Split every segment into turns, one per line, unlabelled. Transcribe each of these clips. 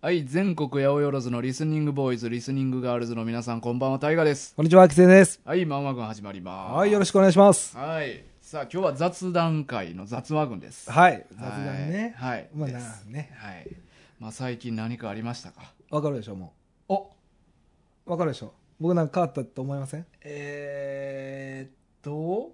はい、全国八百万のリスニングボーイズ、リスニングガールズの皆さん、こんばんは、タイガです。
こんにちは、きせです。
はい、まんま軍始まります。
はい、よろしくお願いします。
はい。さあ、今日は雑談会の雑話軍です。
はい、雑談ね。
はいはい
まあ、
です
なね。
はい。まあ、最近何かありましたか
わかるでしょ、も
お
う。わかるでしょ。僕なんか変わったと思いません
えー、っ と、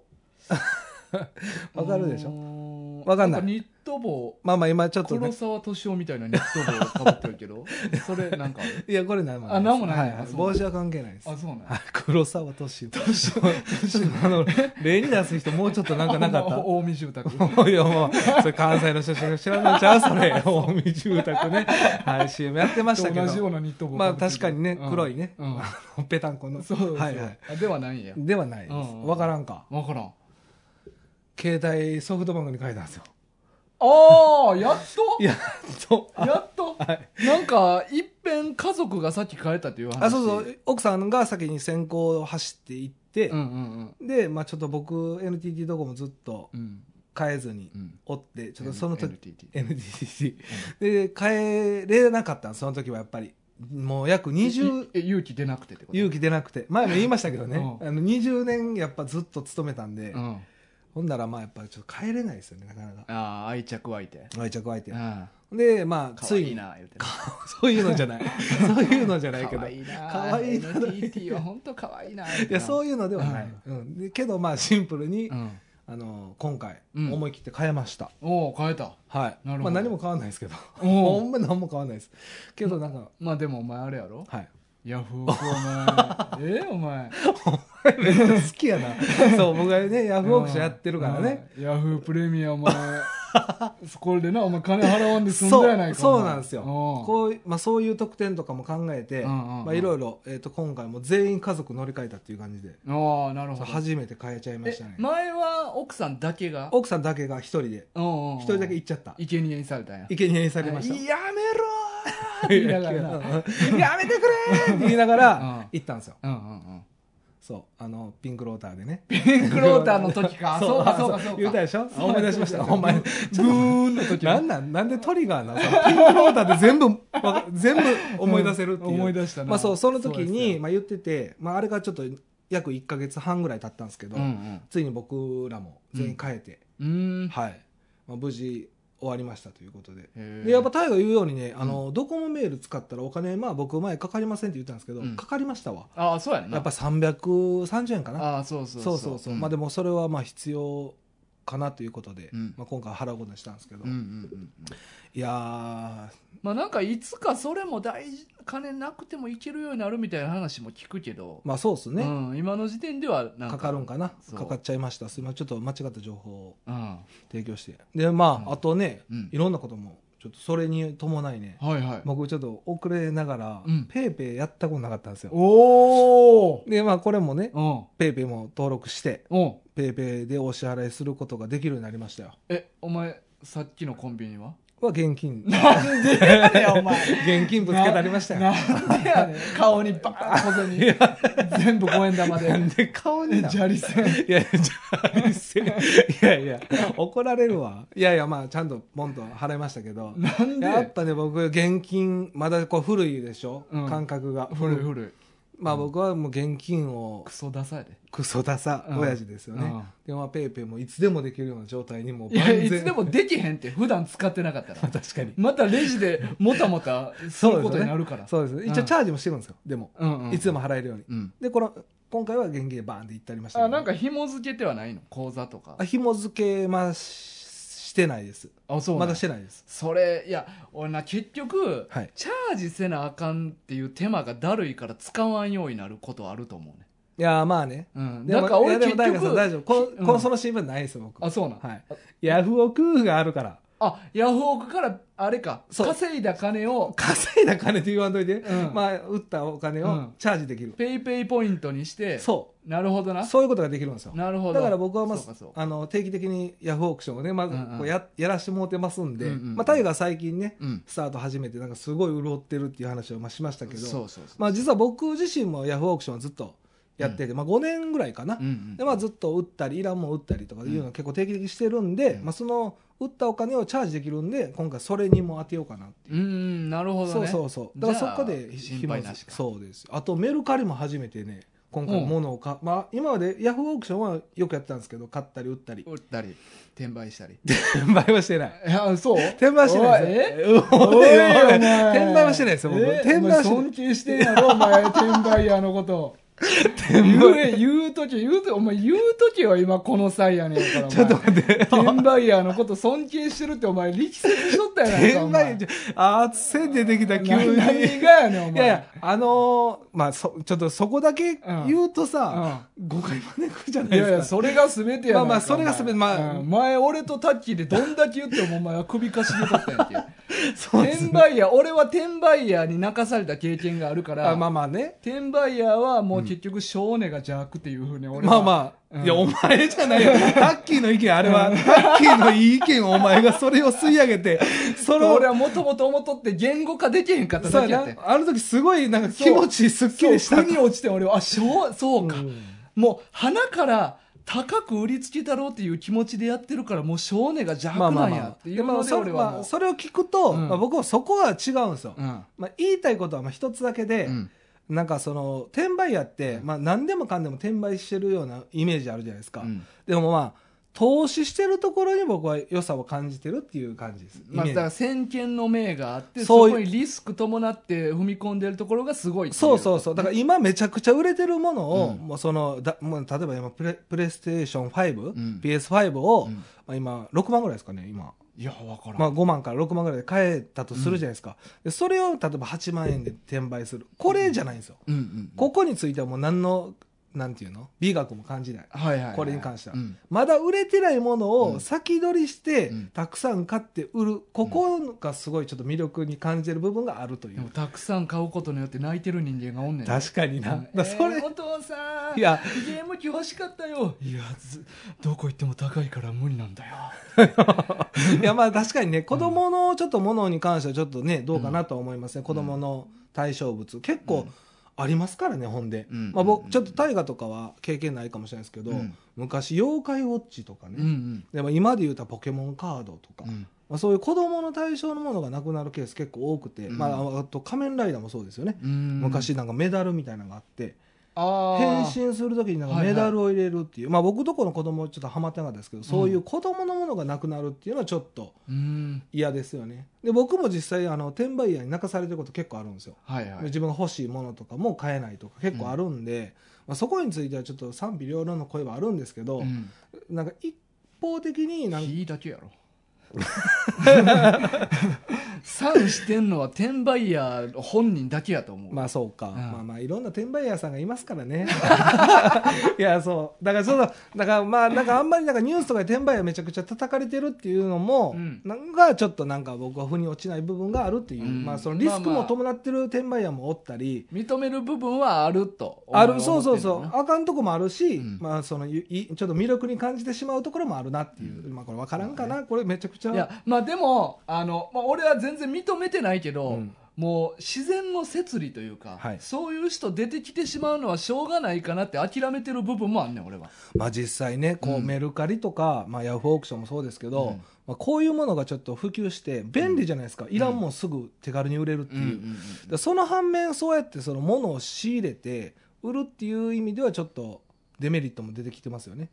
わかるでしょ。
ょ
わかんない
ニット帽、
まあまあ、今ちょっと
黒
ね。
沢敏夫みたいなニット帽をかぶってるけ ど、それなんかある
いや、これなんもない
あなんもない
はいは
あ
い
そう
帽子は関係ないです
あ、。そうなん
はい黒沢敏夫。敏 夫。あの、例に出す人、もうちょっとなんかなか った。
大見住宅。
いやもう、それ関西の人しか知らないんちゃう それ。大見住宅ね。はい、CM やってましたけど。
同じようなニット帽
まあ
被ってる
確かにね
うん
黒いね
うん
あのぺたんこ の。
そうそう
はいはい。
あではないんや
ではないです。
うん
わからんか。
わからんあ
携帯ソフトバンクに変えたんですよ。
あやっと
いや、そう。あ
やっ と、なんかいっぺん家族がさっき帰ったっていう話
あ、そうそう。奥さんが先に先行を走って行って、
うんうん
で、まあちょっと僕、NTT ドコモずっと
うんうん
変えずに
うん
おって、ちょっとその時、
NTT
NTT。で、変えれなかったんですその時はやっぱり。もう約20、
いえ勇気出なくてってこと
勇気出なくて前も言いましたけどね、
う
あの20年やっぱずっと勤めたんで、
うん、あ
ほんならまあやっぱちょっと帰れないですよねなかなか
あ愛着湧いて
愛着湧いて
うん、か
でまあ
わ
つい
いい
に
な言うて
そういうのじゃない そういうのじゃないけ
か
ど
わいいな
かわいいな
NTT は本当かわいいな言う
いやそう
い
いうのではない、うんでけどまあシンプルに、
うん、
あの今回
うん
思い切って変えました、
おお変えた
はい
なるほど
まあ、何も変わんないですけど
お
ほ
お
んま何も変わんないですけどなんか、
まあでもお前あれやろ
はい
ヤフオクお 前えお前
めっちゃ好きやなそう僕はねヤフオクションやってるからね、
うん。ヤフープレミアム、お前 これでな、お前金払わんで済んだやな
そ
いうか。
そうなんですよ
こ
こう、まあ、そういう特典とかも考えて
うんうんうん
まあいろいろえーと今回も全員家族乗り換えたっていう感じで
う。ああ、なるほど。
初めて変えちゃいま
え
したね
前は奥さんだけが、
奥さんだけが一人で
一
一人だけ行っちゃった
生贄にされたんや。
生贄にされました
やめろーって言いなが らな。
やめてくれーって言いなが
うん
ら行ったんですよ
うんうん
そうあのピンクローターでね
うん。ピンクローターの時か。
そ
そううかそうかそうか。
言うたでしょ
そう
思い出しましたほんまに
ブーンの時の
なんなんなんでトリガーなの そのピンクローターで全部わか全部思い出せるっていう
うん思い出したな
まあそうその時
そうです
に
よ
まあ言っててまああれがちょっと約1か月半ぐらい経ったんですけど
うんうん
ついに僕らも全員帰って
うーん。
はいまあ無事終わりましたということで
へー
でやっぱタイが言うようにねあのドコモメール使ったらお金まあ僕前かかりませんって言ったんですけど
うん
かかりましたわ
ああ、そうやんな。
やっぱ330円かな
ああ、そうそう
そうそうそう、まあで
も。
もそれはまあ必要かなということで、
うん
まあ、今回払うことにしたんですけど、
うんうんうんうん。
いや
まあなんかいつかそれも大事金なくてもいけるようになるみたいな話も聞くけど
ー、まあそうですね、
うん、今の時点ではなんか
かかるんかな
そう
かかっちゃいましたすいませんちょっと間違った情報を
うん、
提供してでまあ、
うん
あとね
うん
い、ろんなこともちょっとそれに伴いね、
はいはい、
僕ちょっと遅れながら、
うん
ペイペイやったことなかったんですよ
おお
でまあこれもね
うん
ペイペイも登録して
うん
ペイペイでお支払いすることができるようになりましたよ
えお前さっきのコンビニは
は現金
なんでやねんお前
現金ぶつけてありましたよ
なんでやねん顔にバーン小銭全部五円玉で
で顔にな
砂利線
いやいや、じゃあ一斉にいやいや、怒られるわ。いやいや、まあ、ちゃんと、ポンと払いましたけど。
なん
やっ
で
ぱね、僕、現金、まだこう古いでしょ、
うん
感覚が。
古い古い
まあ、僕はもう現金を
ク、ソダサいで
クソダサ、
うん
親父ですよね。
うん
で、まあ、ペイペイもいつでもできるような状態にもう
いやいつで。 もできへんって普段使ってなかったら
確かに。
またレジでもたもたすることになるから
そうですね。
うん
一応、チャージもしてるんですよ。でも、
うんうん
いつでも払えるように。
うん
で、この、今回は現金でバーンって行ってありましたけど
あなんか紐付けてはないの口座とか
あ紐付けまし、してないです。
あそ
ま
なん
だ
や
してないです。
それいや俺な結局、
はい
チャージせなあかんっていう手間がだるいから使わんようになることあると思うね
いやー、まあね。
うん
でも
だから俺
いやで
結
も大
局
悟さん大丈夫こ
うん
のこのその新聞ないですよ僕
あそうなん、
はいヤフオクがあるから
あヤフオクからあれか
そう
稼いだ金を
稼いだ金って言わんといて、
うん
まあ売ったお金
う
を
ん
チャージできる、
ペイペイポイントにして
そ
なるほど
う
な
そういうことができるんですよ
なるほど
だから僕はま
そう
ず
かそうか
あの定期的にヤフオクションをねまず
うんうん
こうや,、やらしてもうてますんで、
うんうん
まあ、タイが最近ね
うん
スタート始めてなんかすごい潤ってるっていう話をまあしましたけど
そうそうそう
まあ、実は僕自身もヤフオクションはずっとやってて、まあ、5年ぐらいかな、
うんうん
でまあ、ずっと打ったりイランも打ったりとかいうのを結構定期的にしてるんで、
うん
まあ、その打ったお金をチャージできるんで今回それにも当てようかなっていう
う、んなるほどね
そうそうそうだから
じ
そ
ゃあ
こで
心配なしか
そうですあとメルカリも初めてね今回物を買、まあ今までヤフーオークションはよくやってたんですけど買ったり売ったり
売ったり転売したり
転売はしてない
いやそう
転売はしてないです
え
おいおい
お前
転売はしてないですよ僕
え
転売はして
お前尊敬してんやろお前転売屋のこと言え言う時言うとお前言う時は今この際やねんからちょっと待って転売屋のこと尊敬してるってお前力説しとったやないかお
転
前
売あーせん出てきた急
何
に
何
い
がやねんお前
やいやあのーまあそちょっとそこだけ言うとさ、
うん
誤解招くじゃない
い
ですか
やいや、それが全てやないか
まあまあそれが全て
お前
まあ
うん前、俺とタッキーでどんだけ言ってもお前は首かしげとったやんけ。
そうです
転売ヤー、俺は転売ヤーに泣かされた経験があるから、
あまあまあね
転売ヤーはもう結局、少年が邪悪っていうふうに俺
ま
は。
あまあ、
うん
いや、お前じゃな いよ。タッキーの意見、あれは、タッキーのいい意見をお前がそれを吸い上げ て、その、
俺はもともと思っとって言語化できへんかった
そ
だ
う
けや
や
って
な。あの時すごい、なんか気持ちすっき
そう
りした。
腑に落ちて俺は、あ、そう、そうか。
うん
もう、花から高く売りつけたろうっていう気持ちでやってるから、もう少年が邪悪なんやっていう
まあ
の
まあ
で、
そ
俺
れ
は
ま
も
あ
う。
それを聞くと、
うん
まあ、僕はそこは違うんですよ。
うん
まあ、言いたいことはまあ一つだけで、
うん
なんかその、転売屋って、まあ何でもかんでも転売してるようなイメージあるじゃないですか。
うん
でもまあ、投資してるところに僕は良さを感じてるっていう感じです。
まあ、
イメー
だ
ジ
から先見の明があって
そ
そう
いう
こにリスク伴って踏み込んでるところがすごいってい
そうそうそうだからら今めちゃくちゃ売れてるものを、
うん
もうそのだもう例えば今プレプレイステーション5、
ん
PS5 を、
うん
まあ、今6万ぐらいですかね今、
いやわからん、
まあ、5万から6万ぐらいで買えたとするじゃないですか、でそれを例えば8万円で転売するこれじゃないんですよ、
うんうん
ここについてはもう何のなんていうの美学も感じない
はいはいはい、
これに関しては
うん
まだ売れてないもの
うん
を先取りして、
うん
たくさん買って売るここがすごいちょっと魅力に感じる部分があるとい
でも
う、
たくさん買うことによって泣いてる人間がおんねん
確かにな、
うん
だからそれ、
えーお父さん
いや
ゲーム機欲しかったよいやずどこ行っても高いから無理なんだよ
いやまあ確かにね子供のちょっとものに関してはちょっとねどうかなとは思いますね、子供の対象物結構ありますからねほんで、
うん
まあ、僕ちょっと大河とかは経験ないかもしれないですけど、
うん
昔妖怪ウォッチとかね、
うんうん
でも今で言うたらポケモンカードとか、
うん
まあ、そういう子供の対象のものがなくなるケース結構多くて、
うん
まあ、あと仮面ライダーもそうですよね、
うん
昔なんかメダルみたいなのがあって
あ
変
身
身する時になんかメダルを入れるっていう、まあ、僕とこの子供ちょっとハマってなかったですけどそういう子供のものがなくなるっていうのはちょっと。
うん
嫌ですよねで僕も実際あの転売屋に泣かされてること結構あるんですよ、
はいはい
自分が欲しいものとかも買えないとか結構あるんで、まあ、そこについてはちょっと賛否両論の声はあるんですけど、
うん
なんか一方的になんか
火だけやろサンしてんのは転売ヤー本人だけやと思う、
まあそうか、
ん
まあまあいろんな転売屋さんがいますからね いやそうだからそのだからまあなんかあんまりなんかニュースとかで転売屋めちゃくちゃ叩かれてるっていうのも、
うん
なんかちょっとなんか僕は腑に落ちない部分があるっていう、
うん
まあそのリスク
まあま
も
あ
伴ってる転売屋もおったり、
認める部分はあると
あるそうそうそう
あ
あかんとこもあるし、
うん
まあ、そのいいちょっと魅力に感じてしまうところもあるなっていう、
う
まあ、これ分からんかな、これめちゃくちゃ
いやまあでもあの、まあ、俺は全然認めてないけど、
うん
もう自然の摂理というか、
はい
そういう人出てきてしまうのはしょうがないかなって諦めてる部分もあんねん俺は
まあ、実際ねこ
う
うんメルカリとか、まあ、ヤフーオークションもそうですけど、
うん
まあ、こういうものがちょっと普及して便利じゃないですか、いらんもんすぐ手軽に売れるっていう、だからその反面そうやってそのものを仕入れて売るっていう意味ではちょっとデメリットも出てきてますよね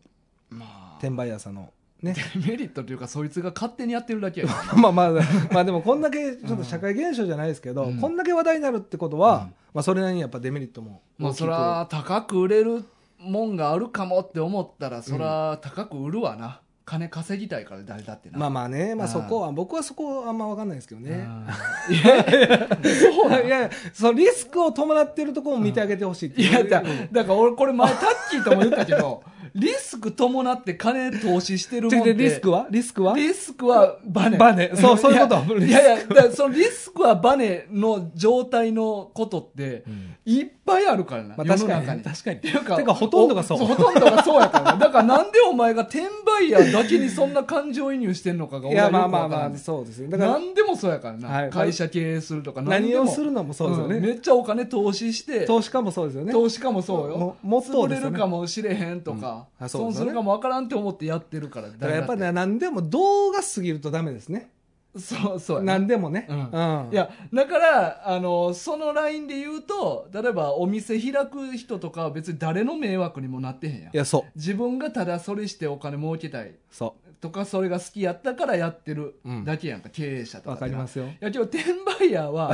まあ
転売屋さんのね
デメリットというかそいつが勝手にやってるだけやから
まあまあ、まあでもこんだけちょっと社会現象じゃないですけど、
うん
こんだけ話題になるってこと
うん
は、まあそれなりにやっぱデメリットも
ま
大
あ
き
そ
く、
ら高く売れるもんがあるかもって思ったらそら高く売るわな、金稼ぎたいから誰だってな
まあまあね、まあ
うん
そこは、僕はそこはあんま分かんないですけどね。
うんいやそうなん
いやいや、そのリスクを伴ってるところも見てあげてほしいっ て
い
いう
やだだから俺これ前タッキーとも言ったけ どリスク伴って金投資してる
ちょ
もん
い
って
でリスクはリスクは
リスクはバネ。
バネそうそういうこと
いやいやいや、だからそのリスクはバネの状態のことって、いっぱいあるからな。
まあ
世
確
の
か
中
に、
に。
確かに。
ていうか
てかほとんどがそう
おほとんどがそうやからな。だからなんでお前が転売屋だけにそんな感情移入してんのかが
い
俺はよ
や、
く
ま
わ
あま
か
あ
ら
ま
ん
あ、そうですね。だ
だか
か
ら
ら、
なんでもそうやからな。
はい
会社経営するとか何
何
でも
をするのもそうですよ
ん
ね、
めっちゃお金投資して
投資家もそうですよね
投資家もそうよ
ももっと
潰
で
れ
すよ
る
ね
かもしれへんとか、
うんあそう
損
です
す
よね
るかもわからんって思ってやってるから
だからやっぱり
誰
ね何でも動画すぎるとダメですね
ってそうそうやな
何でもね、
うん
うん
いやだからあのそのラインで言うと例えばお店開く人とかは別に誰の迷惑にもなってへんやん
いやそう
自分がただそれしてお金儲けたい
そ
とかそれが好きやったからやってる
うん
だけやんか、経営者
う
とか
わ
ってな
かりますよ
いや今日転売ヤーは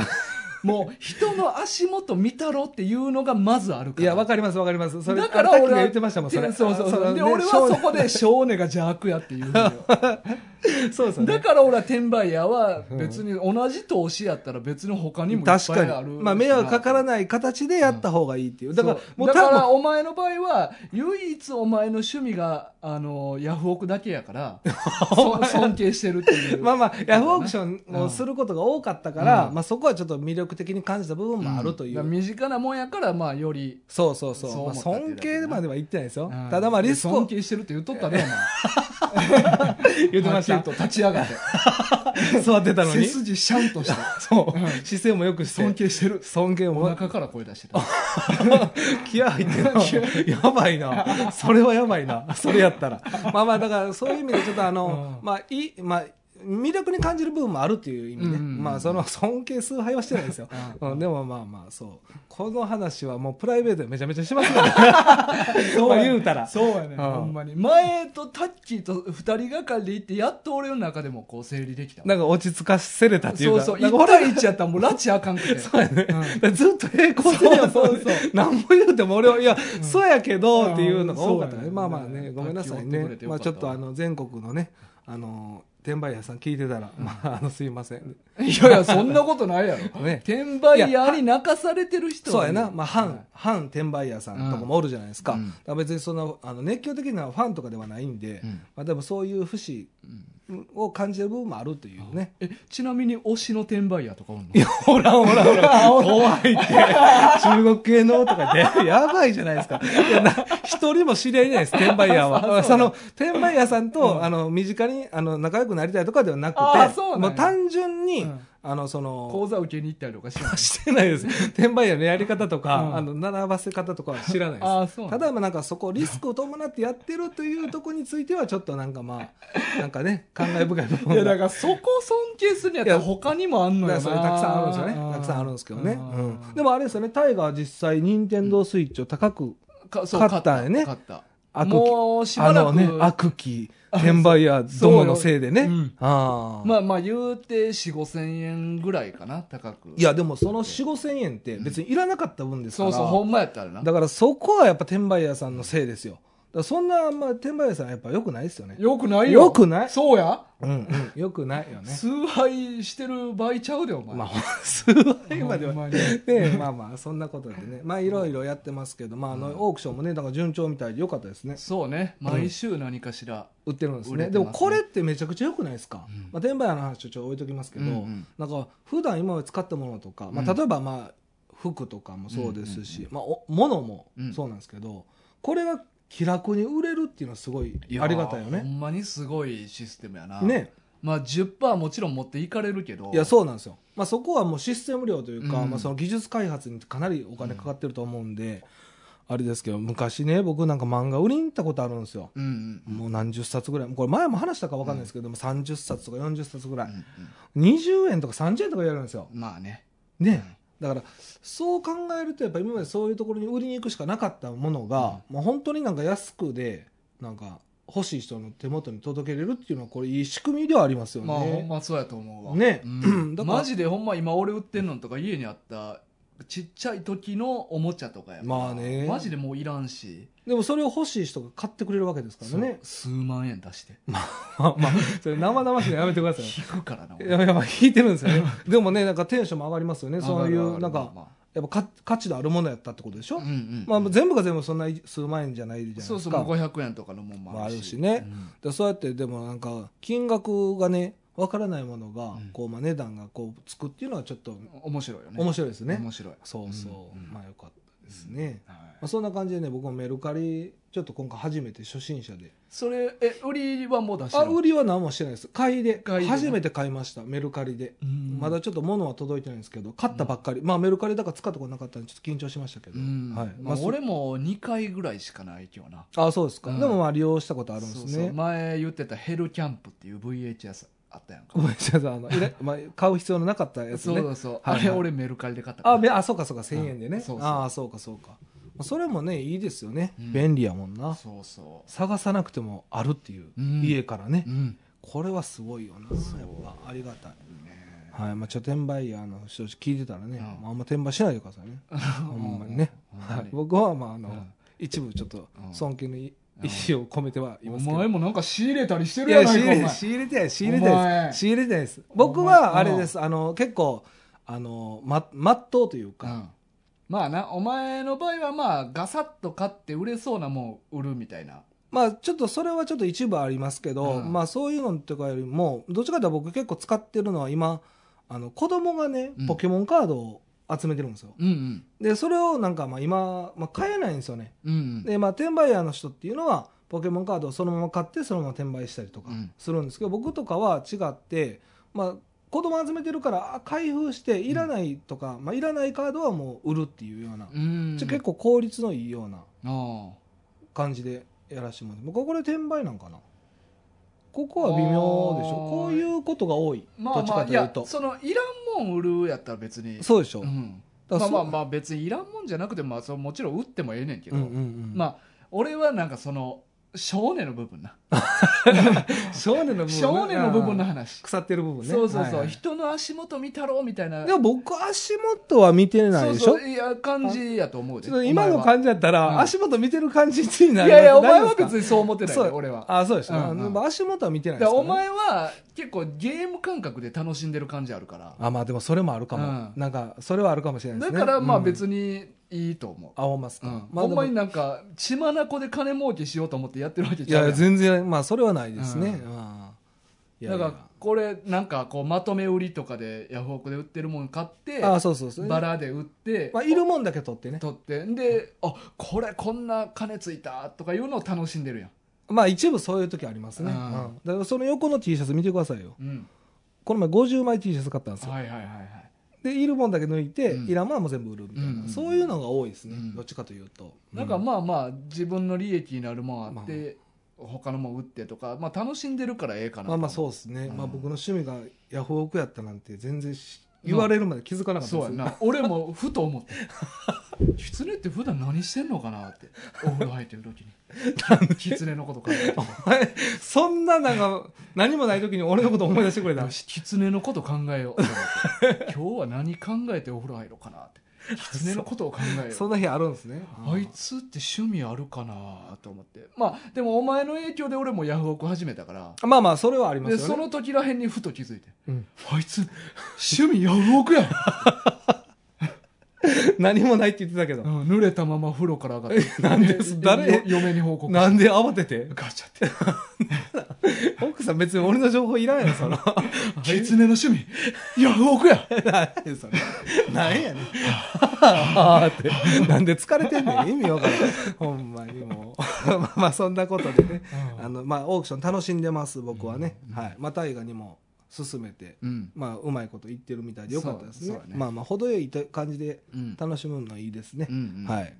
もう人の足元見たろっていうのがまずあるから
いやわかりますわかりますそれ
だから
あの
俺
滝が
は
言ってましたもんそれ
そうそう
あ
そう
の
で
ね
俺はそこで少年が邪悪やって言うのよ
そうですよ
だ
ね
から俺は転売ヤーは別に同じ投資やったら別に他にもいっぱいある
確かに、まあ、迷惑かから
い
ない形でやった方がいいっていう、だ
だ
か
からら
もう
だから
多
お前の場合は唯一お前の趣味があのヤフオクだけやから そ尊敬してるっていう
分 まあまあヤフーオークションをすることが多かったから、
うん
まあ、そこはちょっと魅力的に感じた部分もあるという、
んだから身近なもんやからまあより
そうそうそう
そう
ま
思
あ、
ったっていうだけでな
尊敬までは言ってないですよ、
うん
ただまあリスクを
尊敬してるって言っとったねお
言って
前
まし
は
た
っきりと立ち上がって
座ってたの
背
に
筋シャン として
そう、
うん
姿勢もよくして
尊敬してる
尊敬
お
も
腹から声出 してた
気合入 ってるなやばいなそれはやばいなそれやったらまあまあだからそういう意味でちょっとあの、まあいいまあ魅力に感じる部分もあるっていう意味で、
うんうんうん
まあその尊敬崇拝はしてないですよ、うん、でもまあまあそうこの話はもうプライベートでめちゃめちゃしま すから、まあ言うたら
そうやね、
ん
ほんまに前とタッキーと2人がかりで行ってやっと俺の中でもこう整理できた
なんか落ち着かせれたっていう
そう
か
そう
なんか
1対1やったらもう拉致あかん くて
そうやね、だからずっと平行線や
そうそうそ
そ
う
う何も言うても俺はいや、そうやけどっていうのが多かったね、
うん
まあまあ
そうや
ね
ね
ごめんなさい
卓球追ってく
ね
れてよ
ま
か
あ
った
ちょっとあの全国のねあの転売屋さん聞いてたら、まああのすいません
いやいやそんなことないやろ、
ね
転売ヤーに泣かされてる人
そうやな、まあ、反、
はい
反転売屋さんとかもおるじゃないですか,、
うん
だから別にそんなあの熱狂的なファンとかではないんで、
うん
まあ、でもそういう節を感じる部分もあるというね、
えちなみに推しの転売ヤーとかおんの
いや、ほらほらほ ら、怖いって。中国系のとか言って、やばいじゃないですか。いやな一人も知り合いじゃないです、転売屋は。その、転売屋さんと、あの、身近に、あの、仲良くなりたいとかではな
あ
くて、
そうなん
も
や
う単純に、
うん
あの、その、
講座受けに行ったりとかしてない
してないです。転売屋のやり方とか、
うん
あの、並ばせ方とかは知らないです。
あそうなん
た
や
だ、まあなんかそこ、リスクを伴ってやってるというとこについては、ちょっとなんかまあ、なんかね、感慨 深い部分
い
が
やだからそこ尊敬するんやった
い
ら
や
他にもあんの
だか
よ
ら
な
それたくさんあるんですよね。たくさんあるんですけどね。
うん
うんでもあれですよね、タイガー実際、任天堂スイッチを高く、
かそう
勝
勝
っ
った
ん
た
やね
勝った
悪き
もうしば
あ
ら
の
く、
ね、悪き、転売屋どものせいでね。
そうようん
ああ
まあまあ言うて4 5千円ぐらいかな高く
いや、でもその4、5千円って別にいらなかった分ですか
そ
ら。
うそうほんまやったらな
だからそこはやっぱ転売屋さんのせいですよ。だからそんな、まあ、転売屋さんはやっぱ良くないですよね。
よくないよ
よくない
そうや、
うん、うん、良くないよね。
崇拝してる場合ちゃうでお前、
ま
ま
あ、すごいまでは
ほんまに
でまあまあそんなことでねまあいろいろやってますけど、まあ、あのオークションもねだから順調みたいで良かったですね
そうね毎週何かしら、
売ってるんです
売
ね
れてますね
でもこれってめちゃくちゃ良くないですか、
うん
まあ、転売屋の話をちょっと置いときますけど、
うんうん
なんか普段今まで使ったものとか、ま
う
あ、
ん
例えばまあ服とかもそうですし、まあ、お物もそうなんですけど、これが気楽に売れるっていうのはすごい
いやー
ありがたいよ
ほ
ね。
んまにすごいシステムやな
ね
まあ10%もちろん持っていかれるけど
いやそうなんですよ、まあ、そこはもうシステム量というか、
うん
まあ、その技術開発にかなりお金かかってると思うんで、あれですけど昔ね僕なんか漫画売りに行ったことあるんですよ
うんうん
もう何十冊ぐらいこれ前も話したか分かんないですけど、も30冊とか40冊ぐら
う
い、
ん
20円とか30円とかやるんですよ
うんまあね
ねだからそう考えるとやっぱ今までそういうところに売りに行くしかなかったものが、もう本当になんか安くでなんか欲しい人の手元に届けれるっていうのはこれいい仕組みではありますよね、
まあほんまそうやと思うわ
ね
う
だ
ん、
から
マジでほんま今俺売ってんのとか家にあったちっちゃい時のおもちゃとかやから
まあね
マジでもういらんし
でもそれを欲しい人が買ってくれるわけですからね。
数万円出して
まあまあ、 それ生々しいのやめてく ださい。
引くからな俺
いやいや、まあ引いてるんですよね。でもね、なんかテンションも上がりますよね。
上
そ
が
う
る
い
上が
う、
る
なんか、
ま
やっぱ価価値のあるものやったってことでし
あ
ょ、
うんうん
まあ全部が全部そんな数万円じゃないじゃないですか。
そうそうもう500円とかのもんもあ
まああ
る
るし
し
ね
うん
でそうやって、でもなんか、金額がね、わからないものが、
うん
こう、まあ値段がこう、つくっていうのはちょっと
面白いよね
面白いですね。
面白い
そうそう。
うんうん
まあよかったですね。
はい
あ、そんな感じでね僕もメルカリちょっと今回初めて初心者で
それえ売りはもう出して
あ
る
売りは何もしてないです買いで
買いでね
初めて買いましたメルカリで、
うん
まだちょっと物は届いてないんですけど買ったばっかり、まあメルカリだから使ったことなかったんでちょっと緊張しましたけど、
うん
はい
まあ、
そ
俺も2回ぐらいしかない今日な
あそうですか、
うん
でもまあ利用したことあるんですね
そうそう前言ってたヘルキャンプっていう VHS あったやんか
ごめんなさいあの いらまあ、買う必要のなかったやつ
そう
ね
そうそう、
はいはい
あれ俺メルカリで買ったから
あめあそうかそうか1000円でね、
うんそうそう
ああそうかそうかまあそれもねいいですよね、
うん
便利やもんな
そうそ
探さなくてもあるっていう、
うん
家からね、
ううん
これはすごいよなやっぱありがたい
ね
はいまあ、ちょ転売屋の人たち聞いてたらね、
うん
まあ、あんま転売しないでくださいね、ほんまにね、
ほん
は
ま
い
に、
僕はまああの、
うん
一部ちょっと
うん
尊敬の意意を込めてはいますけ
お
ど、
前もなんか仕入れたりして
い
るや
や
な
仕
いかお
入
前
れ仕入れてない仕入れて
お
ないで
前
す仕入れてないです僕
お
は
前
あれですあの結構あのままっとうという
う
か、
んまあなお前の場合はまあガサッと買って売れそうなもん売るみたいな
まあちょっとそれはちょっと一部ありますけど、
うん
まあそういうのとかよりもどっちかというと僕結構使ってるのは今あの子供がね
うん
ポケモンカードを集めてるんですよ、
うんうん
でそれをなんかまあ今、まあ、買えないんですよね
うんうん
でまあ転売ヤーの人っていうのはポケモンカードをそのまま買ってそのまま転売したりとか
うん
するんですけど、僕とかは違ってまあ子供集めてるからあ開封していらないとか、まあ、いらないカードはもう売るっていうような、
うん
ちょ結構効率のいいような
あ
感じでやらせてもらって僕はこれ転売なんかなここは微妙でしょ
あー
こういうことが多い、
あまあ
どっち
ま
か
あい
という
や
と
そのいらんもん売るやったら別に
そうでしょ、
うんま
だか
あ
ら
まあ
そう
まあ別にいらんもんじゃなくても、まあ、そのもちろん打ってもええねんけど、
うんうんうん
まあ俺はなんかその少年の部分な
少年の部分ね
少年の部分の話、
腐ってる部分ね
そうそうそう、
はいはい
人の足元見たろみたいな
でも僕足元は見てないでしょ
そうそういや感じやと思うで
ちょっと今の感じだった
お前
ら
は
足元見てる感じにな
じい
る
やいやお前は別
に
にそう思ってない
そう
よ俺は
あそうですね、
うんうん
でも足元は見てな
だ
い
か
です
らお
から
前
ね
は結構ゲーム感覚で楽しんでる感じあるから
あまあでもそれもあるかも、
うん
なんかそれはあるかもしれないで
だ
すね
からまあ
に、
別にいいと思
うんあほんまっす
う、
か、
うん
まあ
ほんまに
でも
なんか血眼で金儲けしようと思ってやってるわけ
い
ちゃうや
や
ん
全然まあそれはないですね、
うん
あーいや
だ
いや
からこれなんかこうまとめ売りとかでヤフオクで売ってるもん買って
あそうそうそう
バラで売って、
まあ、いるもんだけ取ってね
取ってんであこれこんな金ついたとかいうのを楽しんでるやん、
まあ一部そういう時ありますね、
う
うんんだからその横の T シャツ見てくださいよ
うん、
この前50枚 T シャツ買ったんですよ、
はいはいはいはい
でいるもんだけ抜いて、
うん
いらんもんはもう全部売るみたいな、
うんうん
そういうのが多いですね、
うん
どっちかというと
なんか
うん
まあまあ自分の利益になるもんあって、他のもん売ってとか、まあ、楽しんでるからええかな
まあまあ
と
そう
思
ですね、
うん
まあ僕の趣味がヤフオクやったなんて全然し言われるまで気づかなかった
そう
です、
やんな俺もふと思って狐って普段何してんのかなってお風呂入ってる時に狐のこと考えて
お前そんななんか何もない時に俺のこと思い出してくれた
よし狐のこと考えようと思って今日は何考えてお風呂入ろうかなって狐のことを考えよう
そんな日あるんですね
あいつって趣味あるかなと思ってまあでもお前の影響で俺もヤフオク始めたから
まあまあそれはあります
で
よね
その時らへんにふと気づいて
うん
あいつ趣味ヤフオクやん、
何もないって言ってたけど、
うん、濡れたまま風呂から上がって
なんで誰
よ嫁に報告
なんで慌てて
ガチャって
奥さん別に俺の情報いらんやろ その
狐の趣 味ヤフオクや
何やそれ何やねんあーって なんで疲れてんねん意味わからんほんまにもう まあまあそんなことでねあのまあ、オークション楽しんでます僕はね、はい、まあ大河にも進めて、
うん
まあ、うまいこと言ってるみたいでよかったです
そう
ね
そうだね
まあまあ程よい感じで
うん
楽しむのはいいですね、
うんうん
はい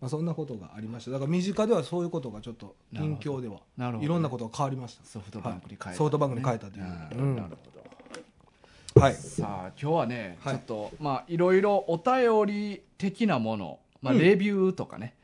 まあ、そんなことがありましただから身近ではそういうことがちょっと近況では
なるほど
いろんなことが変わりまし
ソフトバンクに変えた、
はいソフトバンクに変えたという
あ
う
ー
ん
なるほど
たはい
さあ今日はね、
はい
ちょっとまあいろいろお便り的なもの、まあ、
うん
レビューとかね、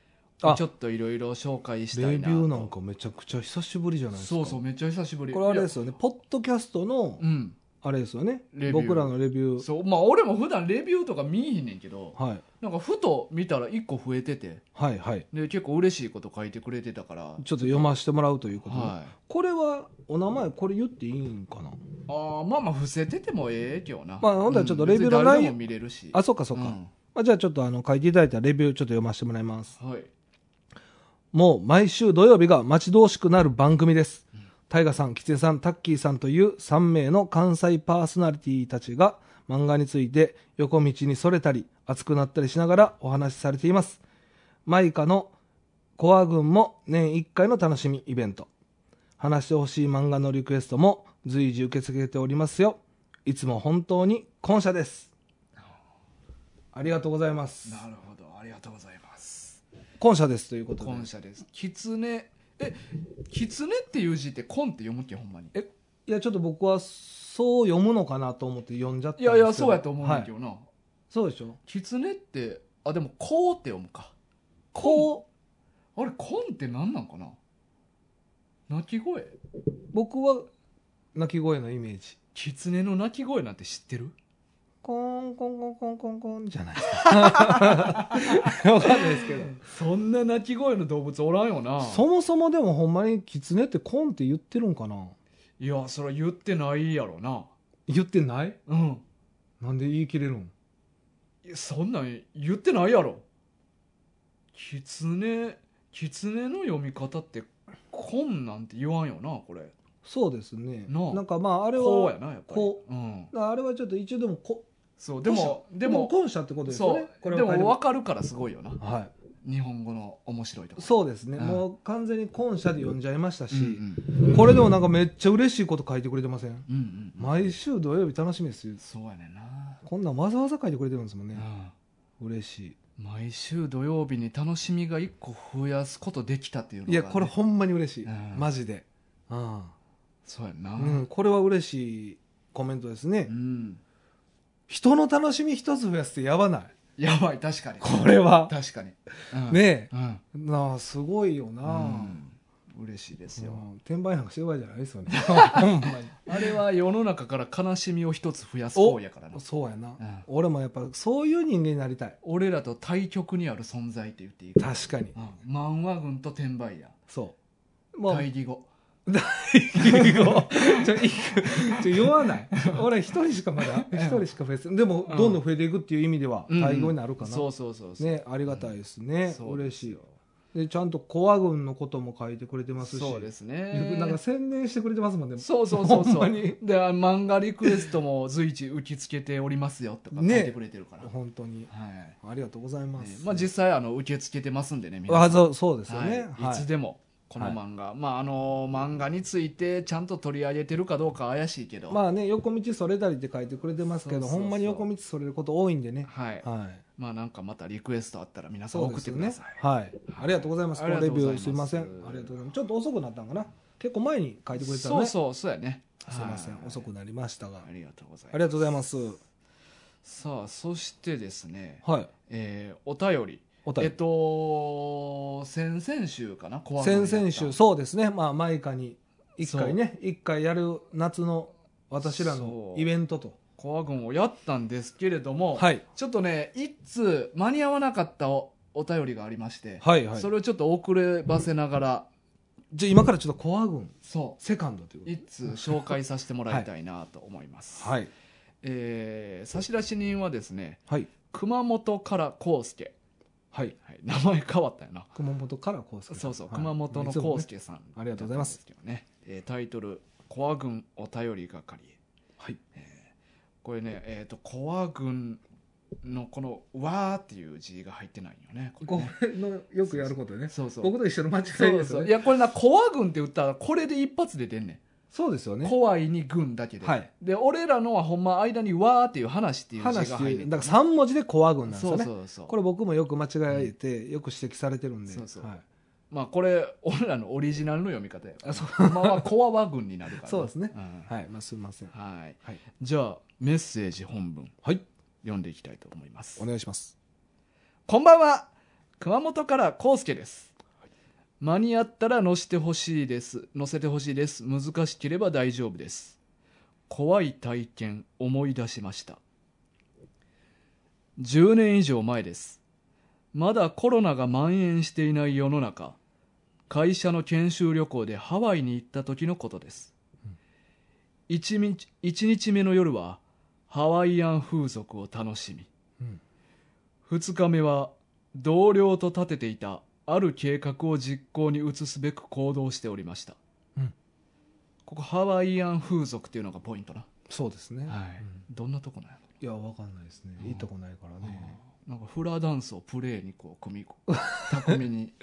あ
ちょっといろいろ紹介した
レ
い
ビ
な
ューなんかめちゃくちゃ久しぶりじゃないですか
そうそうめっちゃ久しぶり
これあれで
い
すよねポッドキャストの
やうん
あれですよね
レビュー
僕らのレビュー
そうまあ俺も普段レビューとか見えへんねんけど
はい
なんかふと見たら1個増えてて
はいはい
で結構嬉しいこと書いてくれてたから
ちょっと読ませてもらうということで、
はい
これはお名前これ言っていいんかな
ああまあまあ伏せててもええけどな
まあほんならちょっとレビューの
うん別に
内
誰で
容
も見れるし
あそうかそうか、
うん
まあ、じゃあちょっとあの書いていただいたレビューちょっと読ませてもらいます
はい
もう毎週土曜日が待ち遠しくなる番組です大ガさん吉瀬さんタッキーさんという3名の関西パーソナリティたちが漫画について横道にそれたり熱くなったりしながらお話しされていますマイカのコア軍も年1回の楽しみイベント。話してほしい漫画のリクエストも随時受け付けておりますよ。いつも本当に感謝です。ありがとうございます。
なるほどありがとうございます
感謝ですということで。
今社です狐え狐っていう字って「コン」って読むっけほんまに
いや、ちょっと僕はそう読むのかなと思って読んじゃったん
い
です
や
けど
いやそうやと思うんだ
は
け
い
どな、
そうでしょ
狐ってあでも「こう」って読むか
こ
あれ「コン」って何なんかな鳴き声
う、僕は鳴き声のイメージ。
狐の鳴き声なんて知ってる
コンコンコンコンコンコンじゃないです か。わかんないですけど。
そんな鳴き声の動物おらんよな
そもそもでもほんまにキツネってコンって言ってるんかない
やそれは言ってないやろな
言ってない
うん
なんで言い切れるん
いやそんなん言ってないやろ狐狐の読み方って「コン」なんて言わんよなこれ
そうですね
なあ
なんかまああ
こ
れ
こうや
は
なやっぱり
こ
うん、
あれはちょっと一応でもこ
そうでもで
でも
も
今社ってことですよ
そ
ね
う
これ
で
は変えて
も
も
分かるからすごいよな
は
日本語の面白いと
い
こ
そうですね
うん
もう完全に今社で読んじゃいました
うんう
し
ん
これでもなんかめっちゃ嬉しいこと書いてくれてません
うんうんうん
毎週土曜日楽しみですよ
そうやねんな、
こんなんわざわざ書いてくれてるんですもん
う
ね
ん、
嬉しい
毎週土曜日に楽しみが一個増やすことできたっていうのが、
い
ね、
やこれほんまに嬉しい
うん
マジでうん
そうやんな
うんこれは嬉しいコメントですね
うん
人の楽しみ一つ増やすってやばない
やばい確かに
これは
確かに、うん、
ね
うん
えなあすごいよな、
うん、嬉しいです
う
よ、
ん転売なんかしてる場合じゃないですよね ほんまに
あれは世の中から悲しみを一つ増やす方やからな
そうやな、
ん
俺もやっぱそういう人間になりたい
俺らと対極にある存在って言っていいか、
確かに
うん、漫画軍と転売屋
そうもう
対義語
結構ちょいちょ酔わない俺一人しかまだ
うん
一人しか増えてでも
うん
どんどん増えていくっていう意味では
うん
対応になるかな、
そうそうそうそう、
ねありがたいですね、
そうで
嬉
す
しい
よ
でちゃんとコア軍のことも書いてくれてますし
そうです
よ
ね
くなんか宣伝してくれてますもんね
そうそうそうそう
ほんまに
で漫画リクエストも随時受け付けておりますよとか書い
ね
てくれてるから、
本当に
はい
ありがとうございま
ね
す、
まあ、実際あの受け付けてますんでね皆さ
あ
ん
そうそうですよ
はい
ね、はい
いつでもこの漫画、まああの漫画についてちゃんと取り上げてるかどうか怪しいけど、
まあね横道それたりって書いてくれてますけど
そうそうそう
ほんまに横道それること多いんでね
はい、
はい
まあなんかまたリクエストあったら皆さん
そう
送
で
っ
す
て
よ
くだ
ね
さい、
はいありがとうございま
あ
すこ
り
の
がと
レ
うご
ビ
ざい
ュ
ま
ー
す
すいませんありがとうございますちょっと遅くなったんかな結構前に書いてくれてた
そ
ね
う
す
そうそうやね
いません
はい
遅くなりましたが
ありがとうござい
あり
ます
がとうございます
さあそしてですね、
はい
えーお便り
お便
えっ
り
と先々週かなコア
先々週
の
そうですねまあマイカに一回ね一回やる夏の私らの
そう
イベントと
コア軍をやったんですけれども、
はい
ちょっとね一通間に合わなかったおお便りがありまして、
はいはい
それをちょっと遅ればせながら、
じゃあ今からちょっとコア軍
そ
セカンドという
う
こ
一通紹介させてもらいたいなと思います、
とはい
えー差出人はですね
はい
熊本から康介、
はい
はい、名前変わったよな
熊本からコウスケ
そうそう、熊本の康介さん、
ありがとうございます
だったんですけどね、えータイトル「コア軍お便り係へ」
はい
これねえっ、と「コア軍」のこの「わ」っていう字が入ってないよねこれ
こ
ね
れのよくやることね
そうそう
僕と一緒の間違いです
そ
よ
う
ね
そ
そう
ういやこれな「コア軍」って言ったらこれで一発で出んねん
ですよね
怖いに軍だけで、
はい
で俺らのはほんま間に「わ」っていう話っていう字
話
が
って
入
い
る
うだから3文字でコア軍なんです
そ
よ
う
ね
そうそう
これ僕もよく間違えてよく指摘されてるんで
そうそう
はい
まあこれ俺らのオリジナルの読み方や
あそう
まあまあコアワ軍になるから
そうですね
ん
はいまあすいません
はい
はい
じゃあメッセージ本文
はい
読んでいきたいと思います
お願いします
こんばんは熊本から康介です間に合ったら乗せてほしいです乗せてほしいです難しければ大丈夫です怖い体験思い出しました10年以上前ですまだコロナが蔓延していない世の中会社の研修旅行でハワイに行った時のことです1日 ,1 日目の夜はハワイアン風俗を楽しみ2日目は同僚と立てていたある計画を実行に移すべく行動しておりました、
うん
ここハワイアン風俗っていうのがポイントな、
そうですね
どんなとこなんやろ
いやわかんないですね
うん
行ったことないからね
あなんかフラダンスをプレーにこう組みこ巧み に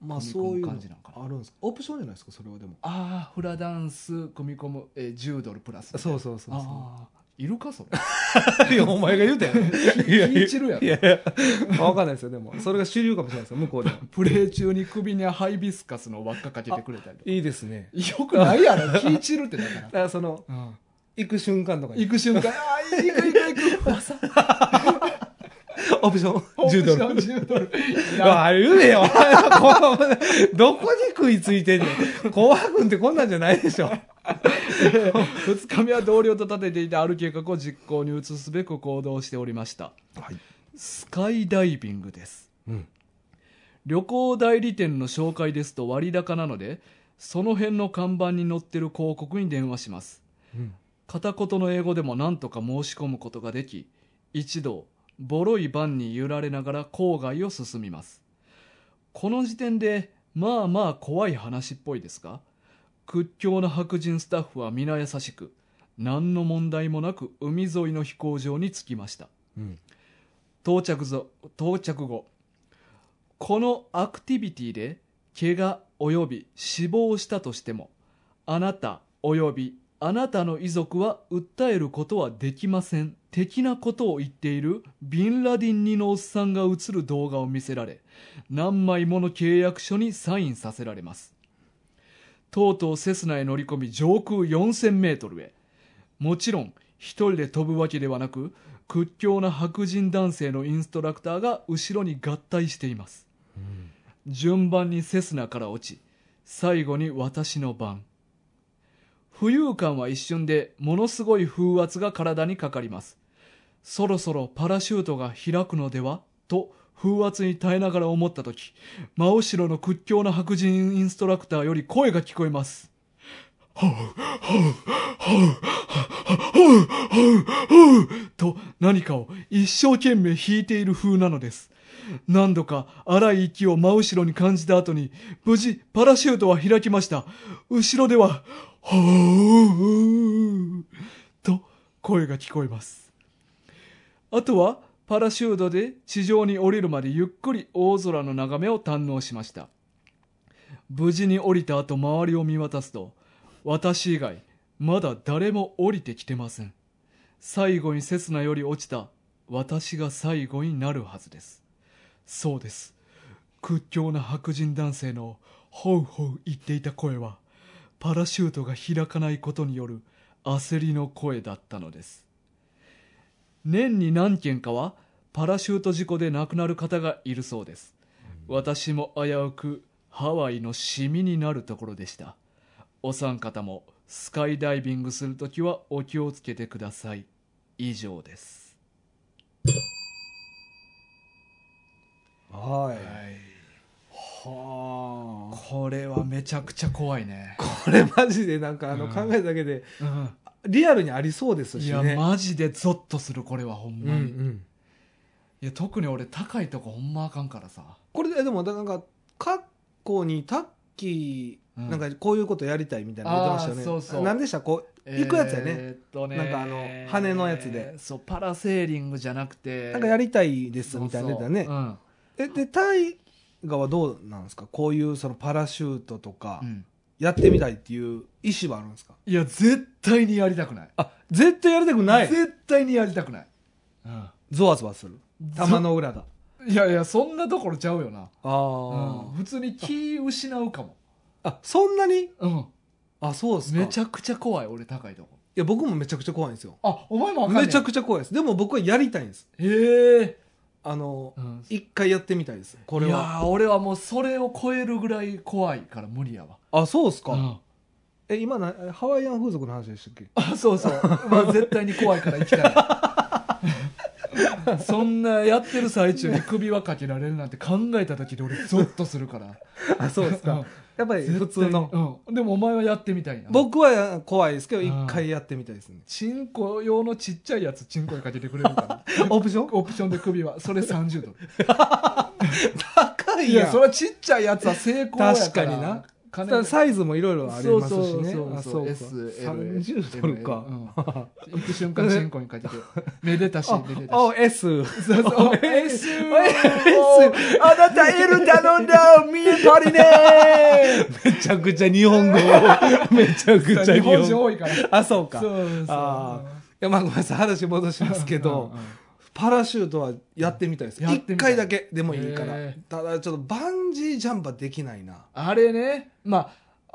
まあそういうの
感じなんかな
あるんですかオプションじゃないですかそれはでも
ああフラダンス組み込む、えー、10ドルプラス
そううそうそうそ
ああいるかそれ
ういやお前が言うたやんいやい
聞
や
いちるやろ
いやいや分かんないですよでもそれが主流かもしれないですよ向こうでも
プレー中に首にハイビスカスの輪っかかけてくれたりとか
いいですね
よくないやろ気い散るってだか
だからその
ら、うん、
行く瞬間とかに
行く瞬間ああ行く行く行くわさ
オプション10ドル
10ドルいや
あるでよお前はこうどこに食いついてんねん紅白ってこんなんじゃないでしょ
2日目は同僚と立てていたある計画を実行に移すべく行動しておりました
はい、
スカイダイビングです
うん、
旅行代理店の紹介ですと割高なのでその辺の看板に載ってる広告に電話します片言の英語でも何とか申し込むことができ一度ボロい番に揺られながら郊外を進みますこの時点でまあまあ怖い話っぽいですが屈強な白人スタッフは皆優しく何の問題もなく海沿いの飛行場に着きました
うん
到着ぞ到着後このアクティビティで怪我および死亡したとしてもあなたおよびあなたの遺族は訴えることはできません的なことを言っているビンラディンにのおっさんが映る動画を見せられ何枚もの契約書にサインさせられますとうとうセスナへ乗り込み上空4000メートルへもちろん一人で飛ぶわけではなく屈強な白人男性のインストラクターが後ろに合体しています順番にセスナから落ち最後に私の番浮遊感は一瞬でものすごい風圧が体にかかりますそろそろパラシュートが開くのではと風圧に耐えながら思った時真後ろの屈強な白人インストラクターより声が聞こえますと何かを一生懸命弾いている風なのです何度か荒い息を真後ろに感じた後に無事パラシュートは開きました後ろでは「ほー」と声が聞こえますあとはパラシュートで地上に降りるまでゆっくり大空の眺めを堪能しました無事に降りた後周りを見渡すと私以外まだ誰も降りてきてません最後にセスナより落ちた私が最後になるはずですそうです屈強な白人男性のホウホウ言っていた声はパラシュートが開かないことによる焦りの声だったのです年に何件かはパラシュート事故で亡くなる方がいるそうです私も危うくハワイのシミになるところでしたお三方もスカイダイビングするときはお気をつけてください以上です
はい
はあこれはめちゃくちゃ怖いね、
これマジでなんかあの
うん
考えただけでリアルにありそうです
い
し
や
ね。
マジでゾッとするこれはほん
うんう
まに、い
ん、
や特に俺高いとこほんまあかんからさ
これででもなんか過去にタッキー、
うん
なんかこういうことやりたいみたいなの言ってましたよね。
あーそうそう
なんでしたこう行くやつやね
えーっとね
なんかあの羽のやつで
そうパラセーリングじゃなくて
なんかやりたいですみたいなの出たね。
そうそううん
えで大河はどうなんですかこういうそのパラシュートとか
うん
やってみたいっていう意思はあるんですか、
いや絶対にやりたくない
あ絶対やりたくない
絶対にやりたくない、うん
ゾワゾワする玉の裏が
いやいやそんなところちゃうよな、う
あ
ん
ー、
普通に気失うかも、
あそんなに
うん、
あそうですか
めち
い
ゃくちゃ怖い俺高いとこ
や僕もめちゃくちゃ怖いんですよ
あお前もあかんねん
めちゃくちゃ怖いですでも僕はやりたいんです
へえ、
あの
うん、
一回やってみたいですこれ
いや
は
ー俺はもうそれを超えるぐらい怖いから無理やわ、
あそうです
う
か、
ん
え今なハワイアン風俗の話でしたっけ
あそうそう、まあ、絶対に怖いから行きた いそんなやってる最中に首輪かけられるなんて考えた時で俺ゾッとするから
あそうです
うん
かやっぱり普通の、
うん、でもお前はやってみたいな
僕は怖いですけど
うん
一回やってみたいですね
チンコ用のちっちゃいやつチンコにかけてくれる から
オプション
オプションで首はそれ30ドル
高
いやそれはちっちゃいやつは成功やから
確かにな
か
だか
な
ら
り
サイズもいろいろあり
そう
ますしね
そうそうそう
あそうか
S L
30ドルか
行く瞬間進行にか けてめでたしめでた し
お S
そうそう S
あなた L 頼んだ見えパリね めちゃくちゃ日本語めちゃくちゃ
日
日
本人
本語
多いから
あそうか
そうそう
あーいやまあごめんなさい話戻しますけど
うんうん
パラシュートはやってみたいです
やってみたい
一回だけでもいいから
へー
ただちょっとバンジージャンプはできないな
あれねまあ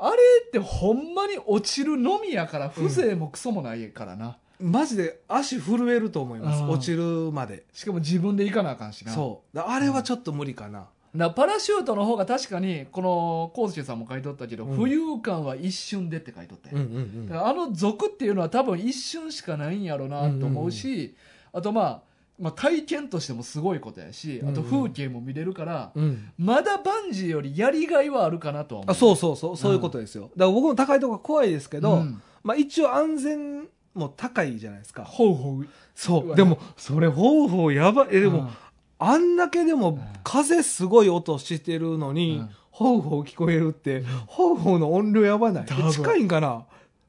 あれってほんまに落ちるのみやから風情もクソもないからな、
マジで足震えると思います
うん
落ちるまで
しかも自分で行かなあかんしな
そうだあれはちょっと無理かな
なパラシュートの方が確かにこのコースケさんも書いとったけど、
うん
浮遊感は一瞬でって書いとったよ、
うんうんうん
だからあの族っていうのは多分一瞬しかないんやろうなと思うし、あとまあまあ体験としてもすごいことやし、あと
うんうん
風景も見れるから、
うん
まだバンジーよりやりがいはあるかなとは思う
あそうそうそうそういうことですよだから僕も高いとこ怖いですけ
け
どまあ一応安全も高いじゃないですか
ほうほう
そうう
わ
でもそれ方法やばいえでもあんだけで
ん
も風すごい音してるの
う
に
ん
ホウホウ聞こえるってホウホウの音量やばない
多分
近いんかな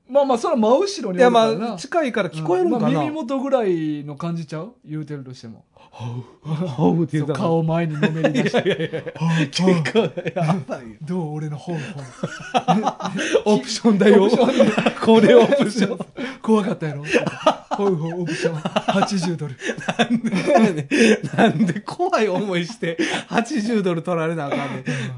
まあまあそれは真後ろに
いや
おるから
ま
な
あ近いから聞こえるんか
まあ
な
耳 元ぐらいの感じちゃう言うてるとしても
ホウって
そ
言
う
うた
顔前にのめり出して
結構やば いよ
どう俺の本本
オプションだよ
オプション
これオプション
怖かったやろほうほうオプション80ドル
なんで なんで怖い思いして80ドル取られなあかんね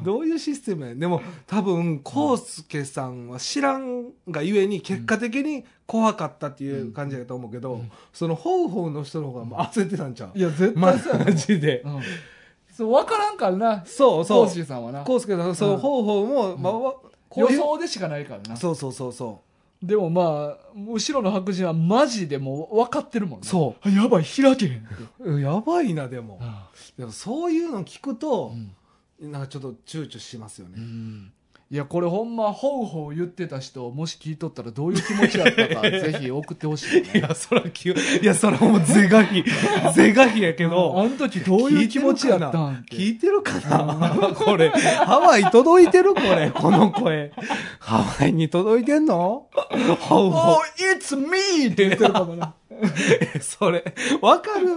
んどういうシステムやねんでも多分コウスケさんは知らんがゆえに結果的に怖かったっていう感じだと思うけど、そのホウホウの人の方がもう焦ってたんちゃう
いや絶
マ
対そうやろ、
ジで
うん、そう分からんからな
そうそ
コ
う
ーシーさんはな
コウスケさんそううんホウホウも、まあわこ
予
ういう
想でしかないからな
そうそうそうそ
でもまあ後ろの白人はマジでもう分かってるもん
う
な
そ
あやばい開けへんって、
うやばいなでも
あ
でもそういうの聞くと
う、ん
なんかちょっと躊躇しますよね、
いやこれほんまほうほう言ってた人もし聞いとったらどういう気持ちだった かぜひ送ってほしい,、
い
ね、
や、そら、急、いや、そら、もう、是が 非、是が非やけ
あ
ど、
の時どういう気持ちやったんって
聞いてるかなこれ、ハワイ届いてるこれ、この声。ハワイに届いてんのほうほ
おー It's me! って言ってるかもな
う。それ、わかる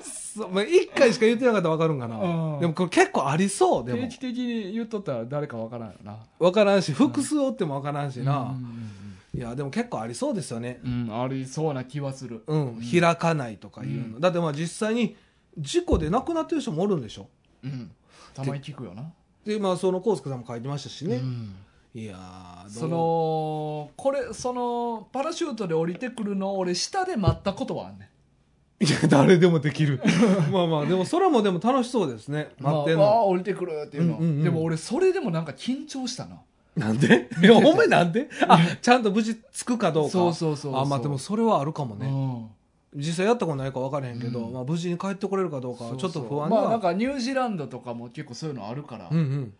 そうまあ一回しか言ってなかったらわかるんかな
うん
でも、これ結構ありそう、で
定
も
期。的に言っとったら誰かわからんよな
わからんし、複数おってもわからんし
う
な。
ん
いや、でも結構ありそうですよね。
うんうんうんありそうな気はする
うん、開かないとかいうの。だって、まあ、実際に、事故で亡くなってる人もおるんでしょ
うんたまに聞くよな、
でまあそのコ介さんも書いてましたしね、
うん
いやーどう
そのこれそのパラシュートで降りてくるのを俺下で待ったことはあんね
いや誰でもできる まあまあでも空もでも楽しそうですね
ん
待ってん
まあわ
の、
あ降りてくるっていうの、
うんうんうん
でも俺それでもなんか緊張したな
なんで いやお前な んであちゃんと無事着くかどうか
そうそうそうそう
あまあでもそれはあるかもね、実際やったことないか分からへんけど、
うん
まあ、無事に帰ってこれるかどうかはちょっと不安
だ
だ
まあなんかニュージーランドとかも結構そういうのあるから、
うんうん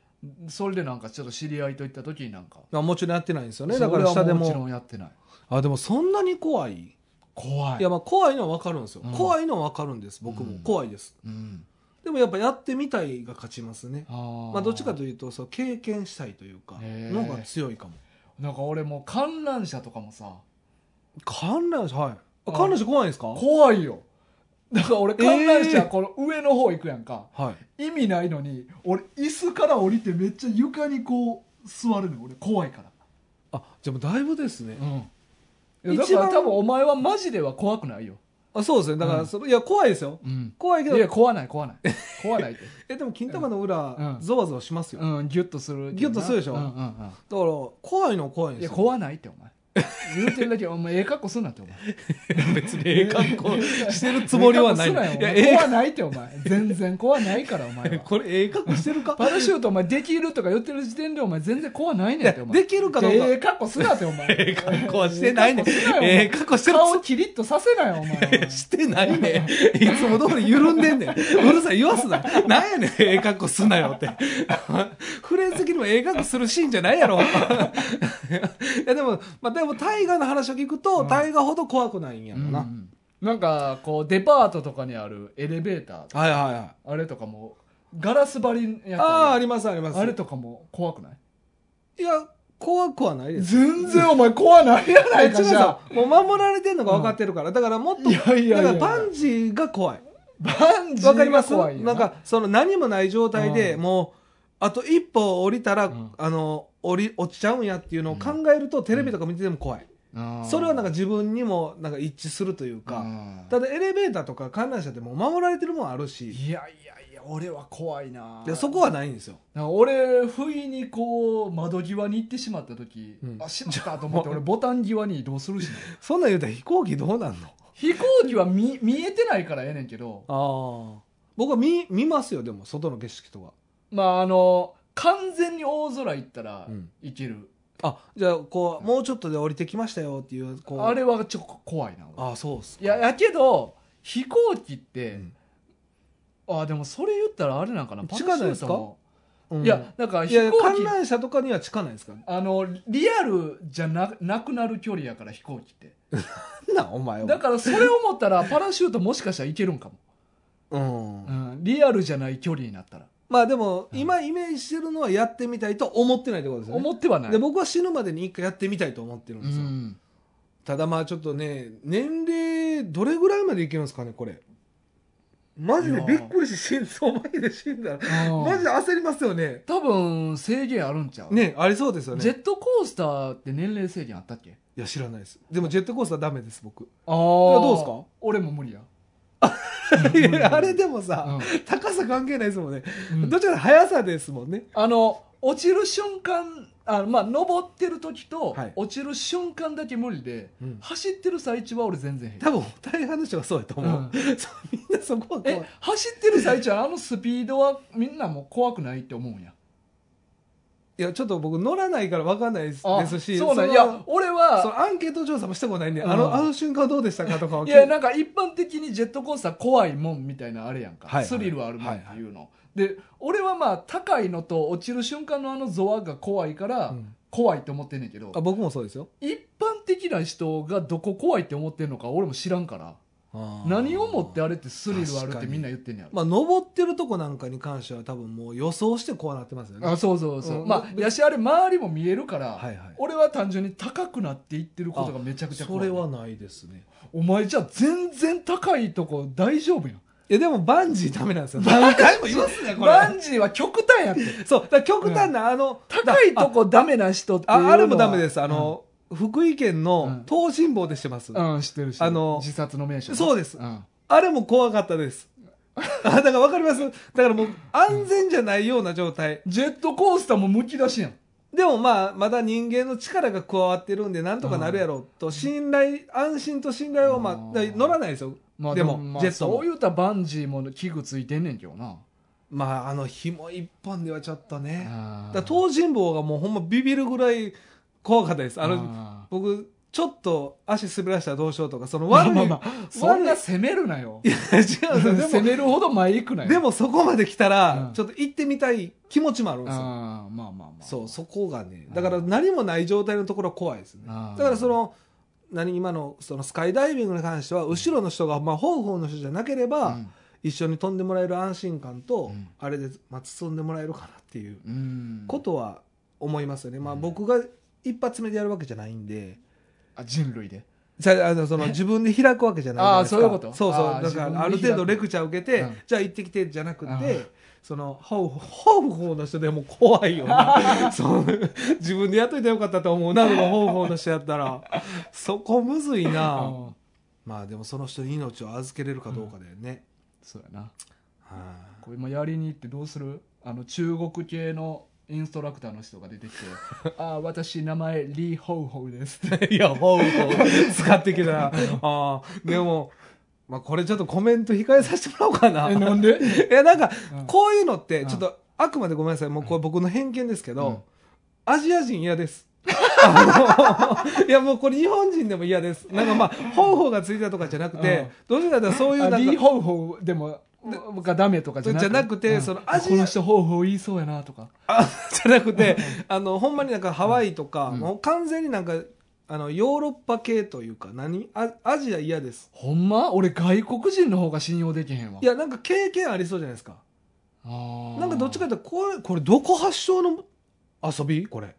それでなんかちょっと知り合いと行った時になんか
まあ、もちろんやってないんですよね
そ
だ
れ
から
は
下で
もち
も
ろんやってない
あでもそんなに怖い
怖い
いやまあ怖いのは分かるんですよ、
うん
怖いのは分かるんです僕
う
も
ん
怖いです
うん、
でもやっぱやってみたいが勝ちますね
あー
まあ、どっちかというとそう経験したいというか
へー
のが強いかも
なんか俺もう観覧車とかもさ
観覧車はいあ観覧車怖いんですか
怖いよだから俺観覧
え
車
ー
この上の方行くやんか、
はい
意味ないのに俺椅子から降りてめっちゃ床にこう座るのよ俺怖いから
あじゃあもうだいぶですね
いやだ
一
か
番
ら多分お前はマジでは怖くないよ、
あそうですねだか
う
ら
ん
その、いや怖いですよ怖い
い
け
やいや
ど
怖ない怖ない怖ないって、
えでも金玉の裏、
うん
ゾワゾワしますよ、
うん、ギュッとする
ギュッとするでしょ
うんうんうん
だから怖いのは怖いん
い
で
や
すよ
怖ないってお前言うてるだけお前ええ格好すんなってお前
別にええ格好してるつもりはない
ええ格好す
い
な
や
よお前
ええ
怖ないってお前全然怖ないからお前は
これええ格好してるか
パラシュートお前できるとか言ってる時点でお前全然怖ない
い
ねん
や
ってお前
できるかどうか
ええ格好すなってお前
ええ格好はしてないね
ええ格好すなよお前
ええ格好してる
顔キリッとさせな よお前は
してないねん。いつも通り緩んでんねん。うるさい、言わすな。なんやねん、ええ格好すなよって。フレーズ的にもええ格好するシーンじゃないやろ。い や、でも、まあ、でも、大河の話を聞くと、大河ほど怖くないんやろな。
うんなんかこうデパートとかにあるエレベーターとか
はいはいはい。
あれとかもガラス張りのやつ
ああ、あ
る
りますあります。
あれとかも怖くない
いや怖くはないです
全然お前怖ないやないか
違う
じゃあ
さもう守られてるのが分かってるから、だからもっと
いやいやいや
だからバンジーが怖い
バンジ
わ
ー
かりま
が
す
怖いよ
なんかその何もない状態で、
う
もうあと一歩降りたら、
ん
あの降り落ちちゃうんやっていうのを考えると、テレビとか見てても怖い、それはなんか自分にもなんか一致するというか、ただエレベーターとか観覧車ってもう守られてるもんあるし
いやいやいや俺は怖いな
でそこはないんですよ
なんか俺不意にこう窓際に行ってしまった時、
うん
あしまったと思っ て俺ボタン際に移動するしね、
そんなん言うたら飛行機どうなんの
飛行機は見見えてないからええねんけど
ああ僕は見見ますよでも外の景色とか、
まああの完全に大空行ったら
うん
いける、
あじゃあこうもうちょっとで降りてきましたよっていうこう
あれはちょっと怖いな俺
あそうっすか
いややけど飛行機って、
うん
あでもそれ言ったらあれなんかな
近ないですか
パナソニックも
うん
いやなんか
い
飛
やいや
行
観
機
覧車とかには近ないですか
あのリアルじゃななくなる距離やから飛行機って
なんお前は
だからそれ思ったらパラシュートもしかしたらいけるんかも
うん
うんリアルじゃない距離になったら、
まあでも今イメージしてるのはやってみたいと思ってないってことですよね
思ってはない
で僕は死ぬまでに一回やってみたいと思ってるん
う
ですよ、
ん
ただまあちょっとね年齢どれぐらいまでいけるんですかねこれマジでびっくりし心臓まで死んだらマジで焦りますよね
多分制限あるんちゃう、
ねありそうですよ
ジェ
ね
ットコースターって年齢制限あったっけ
いや知らないですでもジェットコースターダメです僕
ああ
やどうっすか
俺も無理や、
いやあれでもさ、
うん
高さ関係ないですもんね、
うん
どちらか速さですもんね
あの落ちる瞬間あまあ登ってる時と、
はい
落ちる瞬間だけ無理で、
うん
走ってる最中は俺全然平気
多分大半の人がそうやと思う、 そうみんなそこは怖
え
い
走ってる最中はあのスピードはみんなもう怖くないって思うんや
いやちょっと僕乗らないから分かんないです
あ
ですし
そうなん
の
いや俺は
そのアンケート調査もしたことないんで、
うん
あのあの瞬間どうでしたかとかはい
やなんか一般的にジェットコースター怖いもんみたいなあれやんか、
はいはい
スリルあるもんっていうの、で俺はまあ高いのと落ちる瞬間のあのゾワが怖いから、
うん
怖いって思ってんねんけど
あ僕もそうですよ
一般的な人がどこ怖いって思ってんのか俺も知らんから何
何
をもってあれってスリルあ
確
るっ
か
て
に
みんな言ってんねやろ、
まあ登ってるとこなんかに関しては多分もう予想してこうなってますよね
あそうそうそう、
うん
まあやしあれ周りも見えるから、
はいはい
俺は単純に高くなっていってることがめちゃくちゃ
そ
怖い
れはないですね
お前じゃあ全然高いとこ大丈夫やん
いやでもバンジーダメなんですよ何回も言いますねこれ
バンジーは極端やって
そうだから極端な、あの
高いとこダメな人っていうのは
ああれもダメです。あの、福井県
う
の
ん
東尋坊でしてます。
うん、うん知ってるし
あの
自殺の名所
そうです
ん
あれも怖かったです。 あだからわかりますだからもう安全じゃないような状態。
ジェットコースターもむき出しやん
でもまあ、まだ人間の力が加わってるんで、なんとかなるやろうと、信頼、安心と信頼はまあ
あ、ー
だから乗らないですよ。
まあ
で
で
も
も、まあ
ジェットも
そう言うたらバンジーも器具ついてんねんけどな
まあ、あの紐一本ではちょっとね。
あ
だ
ー
から東尋坊がもうほんまビビるぐらい怖かったです。あの、
あ
僕、ちょっと足滑らしたらどうしようとか、その
ーまあ
悪い。
まあまあそんな責めるなよ
いや、違うんですよ。 でも
責めるほど前行くなよ
でもそこまで来たら
う、ん
ちょっと行ってみたい気持ちもあるんですよ。
あーまあまあまあ
そう、
う
そこがね。だから何もない状態のところは怖いですね。
だ
だからその、何今のそのスカイダイビングに関しては後ろの人がまあ方法の人じゃなければ一緒に飛んでもらえる安心感と
うん
あれでまあ包んでもらえるかなっていう
うん
ことは思いますよねまあ
うん
僕が一発目でやるわけじゃないんで
あ人類で
じゃああのその自分で開くわけじゃないじ
あーそ
ゃないですか
ういうこと
そうそう
あー
だからあ
自分で開
る
く
程度レクチャー受けて、
うん
じゃあ行ってきてじゃなく
う
て
ん
そのほうほうほうの人でも怖いよ なそう自分でやっといてよかったと思うなでもほうほうの人やったらそこむずい
あ
なまあでもその人に命を預けれるかどうかだよね、
そうやな
はい
これ今やりに行ってどうするあの中国系のインストラクターの人が出 てきて「あー私名前リー・ホウホウです」
い やほうほう使ってきたらああでも、まあ、これちょっとコメント控えさせてもらおうかな
えなんで
いやなんか
うん
こういうのって
うん
ちょっとあくまでごめんなさいもうこれ僕の偏見ですけど、
うん
アジア人嫌です あのいやもうこれ日本人でも嫌ですなんかまあ方法がついたとかじゃなくて、
うん
どうせだったらそういう
あ
なん
リー・
か
ホウホウでもがダメとかじゃなく
じゃなくて
うん
その
あ
アジア
この人ホウホウ言いそうやなとか
あじゃなくてあのほんまになんかハワイとか、
うん
もう完全になんかあのヨーロッパ系というか何あアジア嫌です
ほんま俺外国人の方が信用できへんわ
いやなんか経験ありそうじゃないですか
あー
なんかどっちかというとこれこれどこ発祥の遊びこれ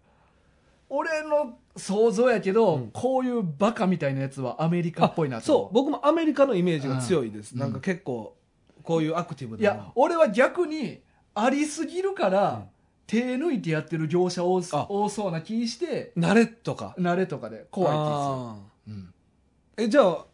俺の想像やけど、
うん
こういうバカみたいなやつはアメリカ
あ
っぽいなと
そう
思
僕もアメリカのイメージが強いです、
うん
なんか結構こういうアクティブ
うい
な
や俺は逆にありすぎるから、
うん
手抜いてやってる業者多す
あ
多そうな気して
慣れとか
慣れとかで怖い気す
あ
る、うん
ーえじゃあ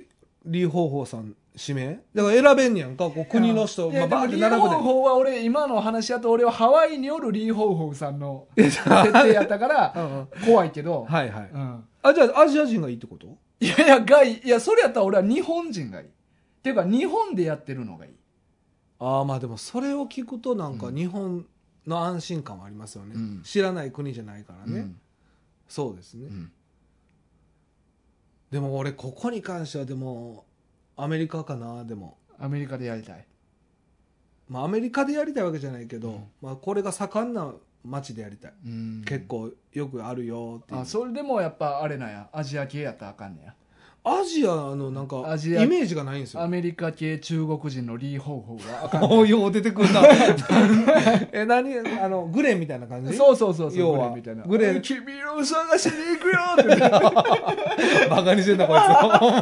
李邦邦さん指名だから選べんねやんかこう国の人
いや
まあ、バーって
いやで
並
も
ぶ
リー・ホー
で
ホーは俺今の話やと俺はハワイにおるリー・ホーホーさん の
えじゃあ
設定やったか
う
ら
んうん
怖いけど、
はいはい
うん、
あじゃあアジア人がいいってこと
いやいやがいいいやそれやったら俺は日本人がいいっていうか日本でやってるのがいい
ああまあでもそれを聞くとなんか
うん
日本の安心感はありますよね、
うん
知らない国じゃないからね、そうですね、
うんうん
でも俺ここに関してはでもアメリカかなでも、
アメリカでやりたい
まあ、アメリカでやりたいわけじゃないけど、
うん
まあ、これが盛んな街でやりたい、
結
結構よくあるよっていう
あそれでもやっぱあれなんやアジア系やったらあかんねや
アジアのなんか
ア
イ
ジア
メージがないんです
ア
よ
メリカ系中国人のリー・ホーホーがあかんね
おうよう出てくるな え何あのグレーみたいな感
や
じ
そうそうそうそう
要
グ
は
レーみたいな
グレー
君を探しに行くよって言って
バカにしてんだこいつお前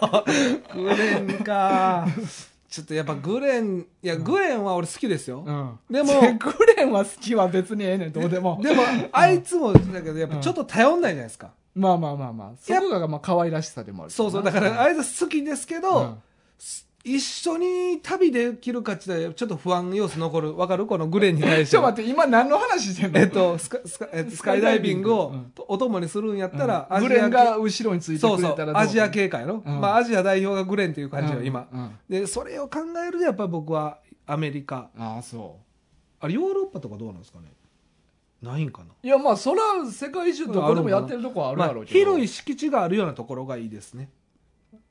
バ カにグレンかちょっとやっぱグレンいやグレンは俺好きですよ、
うん
でも
グレンは好きは別にええねんどうでも
でもあいつもだけどやっぱちょっと頼んないじゃないですか、
まあまあまあまあそこがまあ可愛らしさでもある
そうそうだからあいつ好きですけど、
うん
一緒に旅できるかって言ったらちょっと不安要素残るわかるこのグレンに対して
ちょ
は
待って今何の話してんの
えっと、スカスカえっとスカイダイビングを
うん
お供にするんやったら、
うん
アジア
グ
系
レンが後ろについて
そ
く
う
れ
そ
たら
う
どう
アジア系かやろ、
うん
まあ、アジア代表がグレンっていう感じよ、
うん
今、
うん
でそれを考えるとやっぱり僕はアメリカ
ああそ
あれヨーロッパとかどうなんですかねないんかな
ういやまあそら世界中どこでもやってるとこはあるやろ
ま
う
あ、
けど、
広い敷地があるようなところがいいですね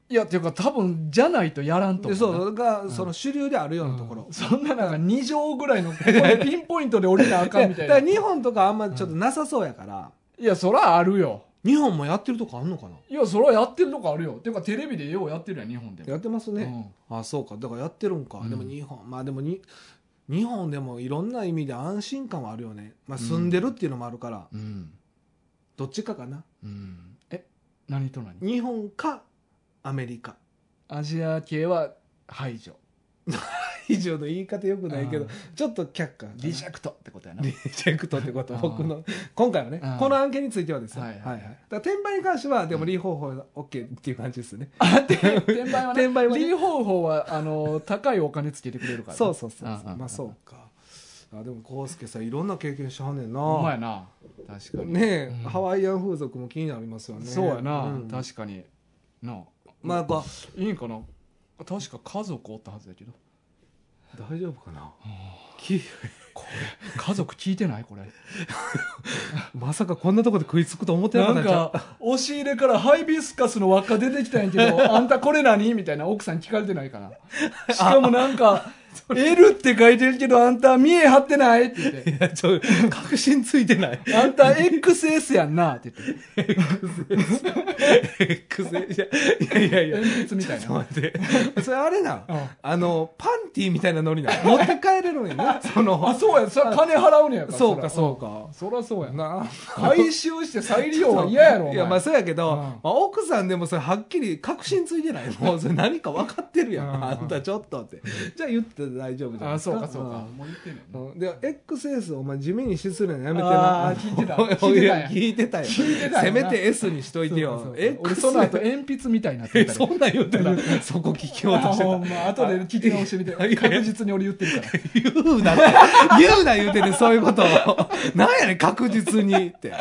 いやっていうか多分じゃないとやらんと
で
思うな
そうがその主流であるようなところ、
そんななんか2畳ぐらいのここでピンポイントで降りなあかんみた
で
い
だ
な い
から日本とかあんまちょっとなさそうやから、
やそらあるよ
日本もやってるとこあんのかない
やそらやってるとこあるよっていうかテレビでようやってるやん日本でも
やってますね、あそうかだからやってるんか、
うん
でも日本まあでもに日本でもいろんな意味で安心感はあるよね、まあ、住んでるっていうのもあるから、
うんうん、
どっちかかな
うん、え何と何
日本かアメリカ
アジア系は排除
以上の言い方よくないけど
あ
ちょっと却下
リジェクトってことやな
リジェクトってこと
あー
僕の今回はね
あー
この案件についてはですね
は
はいい
は
はいいだから転売に関してはでもリー方法 OK っていう感じですね
あて転売はね
転売はね
リーホーホーはあの高いお金つけてくれるから、ね、
そうそうそう
ああ
まあそううかあでも浩介さんいろんな経験しはんねん
ほんま
な
やな確かに、
ねえ
うん
ハワイアン風俗も気になりますよね
そうやな、
ん
確かになあ
まあ、こ
いいんかな確か家族おったはずやけど
う大丈夫かなき
これ家族聞いてないこれ
まさかこんなとこで食いつくと思ってなか
な
った
ん
んちゃう
か押し入れからハイビスカスの輪っか出てきたんやけ どあんたこれ何みたいな奥さん聞かれてないかなしかもなんか L って書いてるけどあんた見え張ってないって言 って
いやちょ確信ついて ない
あんた XS やんなって言って
XL いやいやいやいや
鉛筆みたい
ちょっ
な
と待 ってそれあれな、
うん
あのパンティーみたいなノリな持って帰れるんやなその
あ そうやそれ金払うねやから
そうか
そ
そうか
らそらそうやな
な
回収して再利用は嫌やろお前
いやまあそうやけど、
うん
まあ、奥さんでもそれはっきり確信ついてないもうそれ何か分かってるやん、
うん
あんたちょっとってじゃあ言って大丈夫じゃない
あ
ですか
そうかそうか
ん
もう言ってんねんな
うんで XS お前地味に失礼なのやめて
あ
な
ー聞いてた
おいや聞いてたよ
聞いてたよ
せめて S にしといてよ
そうかそうか
X
俺その後鉛筆みたいになって
え
るから
そんなん言うてない そこ聞きようとして
あほん
た
ま後で聞き直してみて
あ いや
確実に俺言ってるか ら
言うなって言うな言うてねそういうことをなんやねん確実にって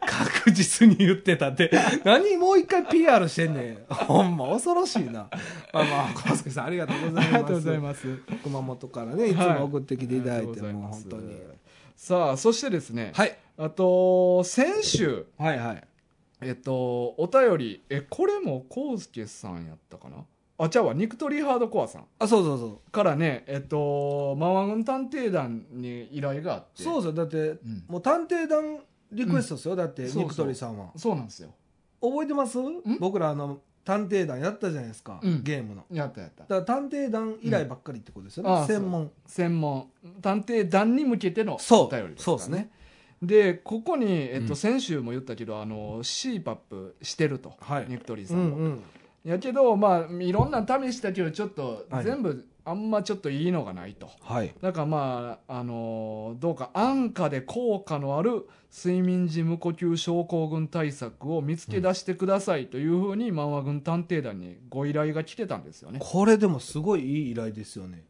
確実に言ってたって何もう一回 PR してんねんほんま恐ろしいなまあまあ浩介さんありがとうございます
ます
熊本からねいつも送ってきていただいて、
はい
もう本当
あり
に
がとうございさあそしてですね、
はい
あと先週
はいはい
えっとお便りえこれも康介さんやったかなあちゃうわ肉とリハードコアさん
あそうそうそう
からねえっとマワン探偵団に依頼があって
そうそうだって
うん
もう探偵団リクエストですよ、だって
そうそう
ニクトリさんは
そうなんですよ
覚えてます僕らあの探偵団やったじゃないですか、
うん
ゲームの
やったやった
だから探偵団以来ばっかりってことですよ
う
ね
ん、ああ
専門
専門探偵団に向けての
そう
お便り
そうですね
でここに、えっ
う
と、
ん
先週も言ったけど、あの CPAP してると、
はい
ニクトリーさ
うん
も、
んうん
やけどまあいろんな試したけどちょっと、
はい
全部あんまちょっといいのがないと
はい
だからまああのーどうか安価で効果のある睡眠時無呼吸症候群対策を見つけ出してくださいというふうに漫画軍探偵団にご依頼が来てたんですよね、
これでもすごいいい依頼ですよね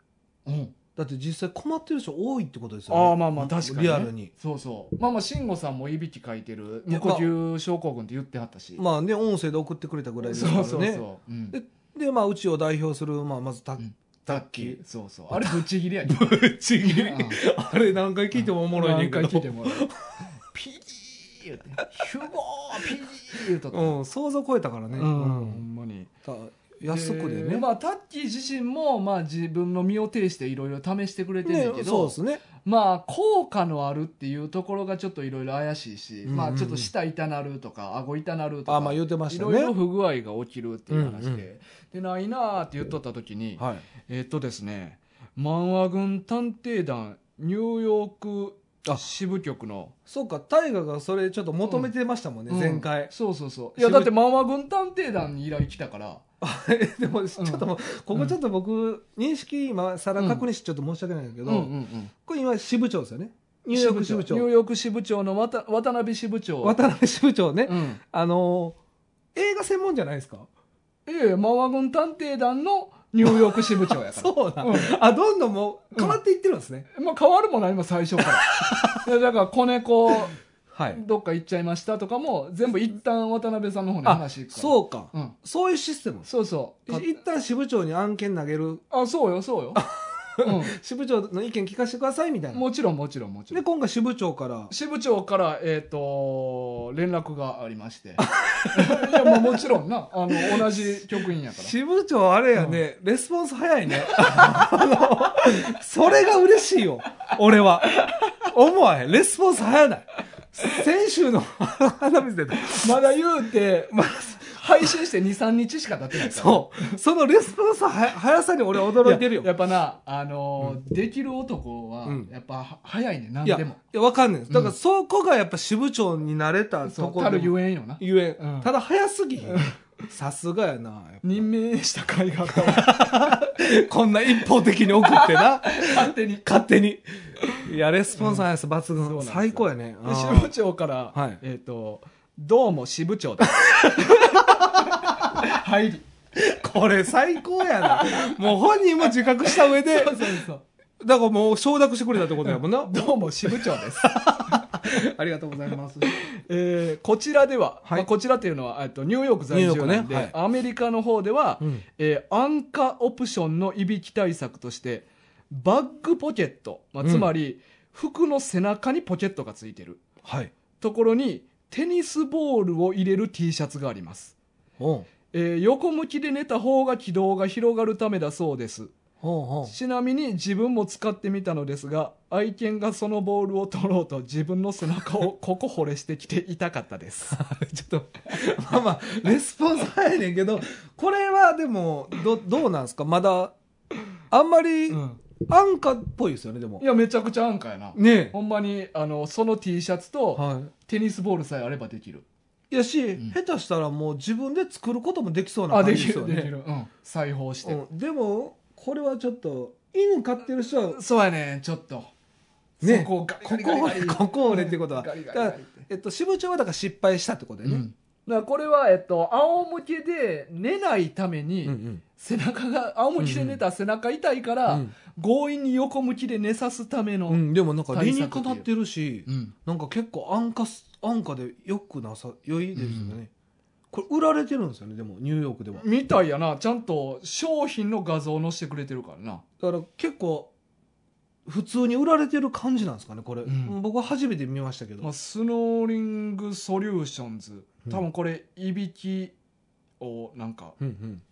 うん、
だって実際困ってる人多いってことですよね
ああまあまあ確かに、ね、
リアルに
そうそうまあまあ慎吾さんもいびきかいてる
いや
無呼吸症候群って言ってはったし、
まあね音声で送ってくれたぐらいで
そ
すからね
うそうそう、うん
ででまあうちを代表する、まあ、まずた
んタ
タッ
ッ
キ
キ
ー
ーそうそうあれぶっちぎりやね
ちぎ
うん
あれ何回聞いてもおもろいねんけ
何回聞いて
ど
もらう ピリー言うてヒュゴーピリー言うとった
うん想像超えたからね、
うん、ほ
う
ん
ん
まに
た安くでね,、
まあタッキー自身もまあ自分の身を挺していろいろ試してくれてるんだけ
ねそう
ど、
ですね
まあ効果のあるっていうところがちょっといろいろ怪しいし、
うんうん
まあちょっと舌痛なるとか顎痛なると
あ
か
あまあ言ってま
い
した
ろいろ
ね
不具合が起きるっていう話で、
うんうん
でないなーって言っとった時に、
はい
えっとですね漫画軍探偵団ニューヨー
あ
ク支部局の
そうか大河がそれちょっと求めてましたもんね、
うん
前回
そうそうそうい
渋
や
い
だって漫画軍探偵団に依頼来たから
でもちょっともう、ここちょっと僕認識今さら確認しちょっと申し訳ないんだけど、
ん
これ今支部長ですよねニューヨーク支部長
ニューヨーク支部長の渡渡辺支部長
渡辺支部長ね、
うん
あのー映画専門じゃないですか
いやいや漫画軍探偵団のニューヨーク支部長やから
そうだ、
うん
あどんどんもう変わっていってるんですね、
まあ変わるも何も最初からいやだから 子猫
はい
どっか行っちゃいましたとかも全部一旦渡辺さんの方に
あ
話行くから
そうか、
うん、
そういうシステム
そうそう
い一旦支部長に案件投げる
あそうよそうよ、
支部長の意見聞かせてくださいみた
う
い
ん、
な
もちろんもちろんもちろ
で
ん
今回支部長から
支部長から、えっと連絡がありまして いや、まあ、もちろんなあの同じ局員やから
支部長あれやね、レスポンス早いねあのそれが嬉しいよ俺は思わへんレスポンス早ない先週の 花水で
まだ言うて、
ま
配信して2、3日しか経ってないから。
そうそのレスポンスは早さに俺は驚いてるよ
ややっぱな、あのーできる男は
うん、
やっぱは早いね、何
いや
でも。
いやわかんないですだからそこがやっぱ支部長になれた
そ
と
う、
こ
た
ろ
る
でも
ゆえんよな。
ゆえ、
うん
ただ早すぎひんさすがやなやっぱ
任命した甲斐があったわ
こんな一方的に送ってな
勝手に。
勝手にいやレスポンス早さ抜
そうなん
群
ですよ
最高やねあ
で支
ー
部長から、
はい
えっ、と、どうも支部長 だ。入り。
これ最高やなもう本人も自覚した上 で
そうそう。
だからもう承諾してくれたってことやもんな
どうも支部長です。
ありがとうございます
えーこちらでは、
はい
まあこちらというのは、えっと、ニューヨーク在住
ニュー
な
ヨー
ん
ク
で、
ねはい
アメリカの方では、
うん
えー安価オプションのいびき対策として、バッグポケット、まあ、
うん
つまり、服の背中にポケットがついてる
はい
ところに、テニスボールを入れる T シャツがあります。
おう
えー横向きで寝た方が軌道が広がるためだそうです。
おうおう
ちなみに自分も使ってみたのですが、愛犬がそのボールを取ろうと自分の背中 をここ惚れしてきて痛かったです。
ちょっとまあまあレスポンス早いねんけどこれはでもどどうなんですかまだあんまり
うん
安価っぽいですよねでも
いや、めちゃくちゃ安価やな。
ねえ
ほんまに、あの、その T シャツと
は
テニスボールさえあればできる。
いやし、
ん
下手したらもう自分で作ることもできそうな
あ、
感
で
じ
き
ですよ
る、
ね
できる。うん。裁縫して。
うん、でもこれはちょっと犬飼ってる人は
そうやね、ちょっと。
ね
そこをガリガリガ
こ
リ
こ
ガリ
ここ俺ってことは、
ガリガ
だ
リガ
から
リって。
えっと、支部長はだから失敗したってことだよ
う
ね、
んだからこれは、えっと、仰向けで寝ないために、
うん
背中が、仰向けで寝たら背中痛いから、
うん
強引に横向きで寝さすための。
うんでもなんか理に
対策
か
という
なってるし、
うん
なんか結構安価す安価でよくなさ良いですよね、これ売られてるんですよねでもニューヨークではだ
みたいやな。ちゃんと商品の画像を載せてくれてるからな。
から結構普通に売られてる感じなんですかねこれ、
うん
僕は初めて見ましたけど、
まあ、スノーリングソリューションズ
うん
多分これいびきをなんか
うんうん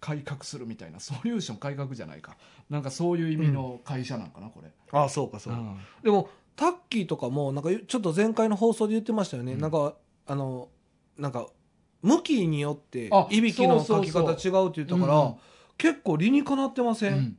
改革するみたいなソリューション改革じゃないかなんかそういう意味の会社なんかなこれ、
ああそうかそうか、
ん
でもタッキーとかもなんかちょっと前回の放送で言ってましたよね、
うん
なんかあのなんか向きによって
あ
いびきの
そ
書
う
き
そう
方違う
そう
って言ったから、
うんうん
結構理にかなってません、
うん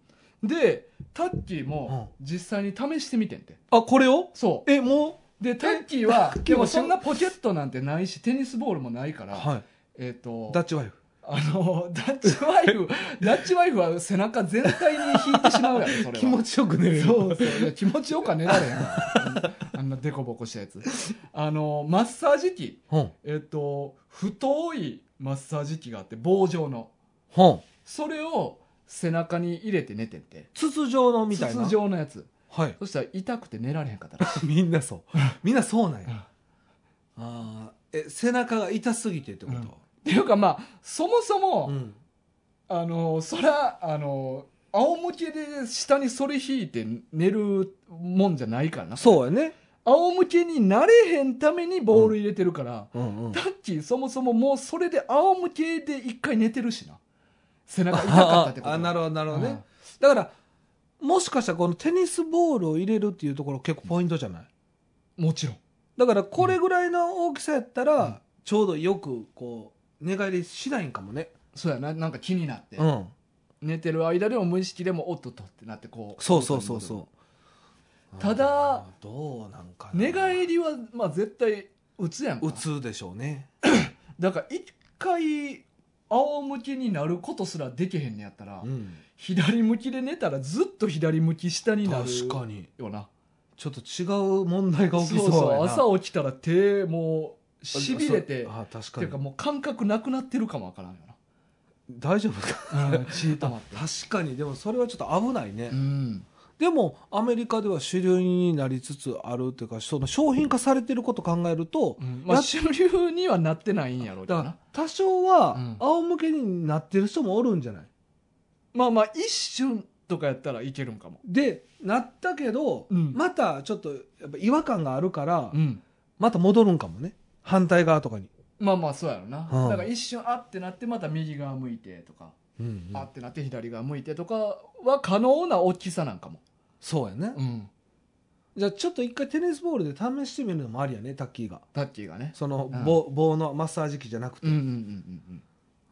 でタッキーも実際に試してみてんて
あこれを
そ
えも
うでタッキーは
で
で
も
も
そ
そ
ん
んなポケットなんてないしテニスボールもないから、
は
えっ、と
い、ダッチワイフ
あのダッチワイ フダッチワイフは背中全体に引いてしまうやろそれは
気持ちよく寝れる
そうそういや気持ちよくは寝られへん わあんなデコボコしたやつあのマッサージ機
ほん
えっと太いマッサージ機があって棒状の
ほん
それを背中に入れて寝てんて
筒状のみたいな
筒状のやつ
はい
そしたら痛くて寝られへんかったらしい
みんな そうみんなそうなん
うん
やあーえ背中が痛すぎてってこ
っていうかまあそもそ
と、
も、
うん
あのそらあの仰向けで下にそれ引いて寝るもんじゃないからな
そうやね、
仰向けになれへんためにボール入れてるから、
うん うん
タッキーそもそももうそれで仰向けで一回寝てるしな背中痛かったってこと
あなるほどなるほど
う
ね
ん
だからもしかしたらこのテニスボールを入れるっていうところ結構ポイントじゃない
もちろん
だからこれぐらいの大きさやったら、
うん
ちょうどよくこう寝返りしないんかもね
そうやななんか気になって、
ん
寝てる間でも無意識でもおっとっとってなってこう
そうそうそうそう
ただ
うんどうなんかな
寝返りはまあ絶対打つやんか
打つでしょうね
だから一回仰向けになることすらできへんねやったら、
うん
左向きで寝たらずっと左向き下になる
確かに
よな
ちょっと違う問題が
そう
起きそう
そう
やな
朝起きたら手もうしびれて
そうあ確
て
か
いうか
に
もう感覚なくなってるかもわからんよ
大丈夫 か
な、 血止まって
確かにでもそれはちょっと危ないね、
うん
でもアメリカでは主流になりつつあるというかその商品化されてることを考えると、
まあ
やっ
主流にはなってないんやろうけ
だ
ど
から
な
多少は
うん
仰向けになってる人もおるんじゃない、
まあまあ一瞬とかやったらいけるんかも
でなったけど、
うん
またちょっとやっぱ違和感があるから、
うん
また戻るんかもね反対側とかに、
まあまあそうやろな、
うん
だから一瞬あってなってまた右側向いてとか、
うんうん
あってなって左側向いてとかは可能な大きさなんかも、
そうやね、
うん、
じゃあちょっと一回テニスボールで試してみるのもありやねタッキーが
タッキーがね
その棒,、棒のマッサージ機じゃなくて、
うんうんうんうん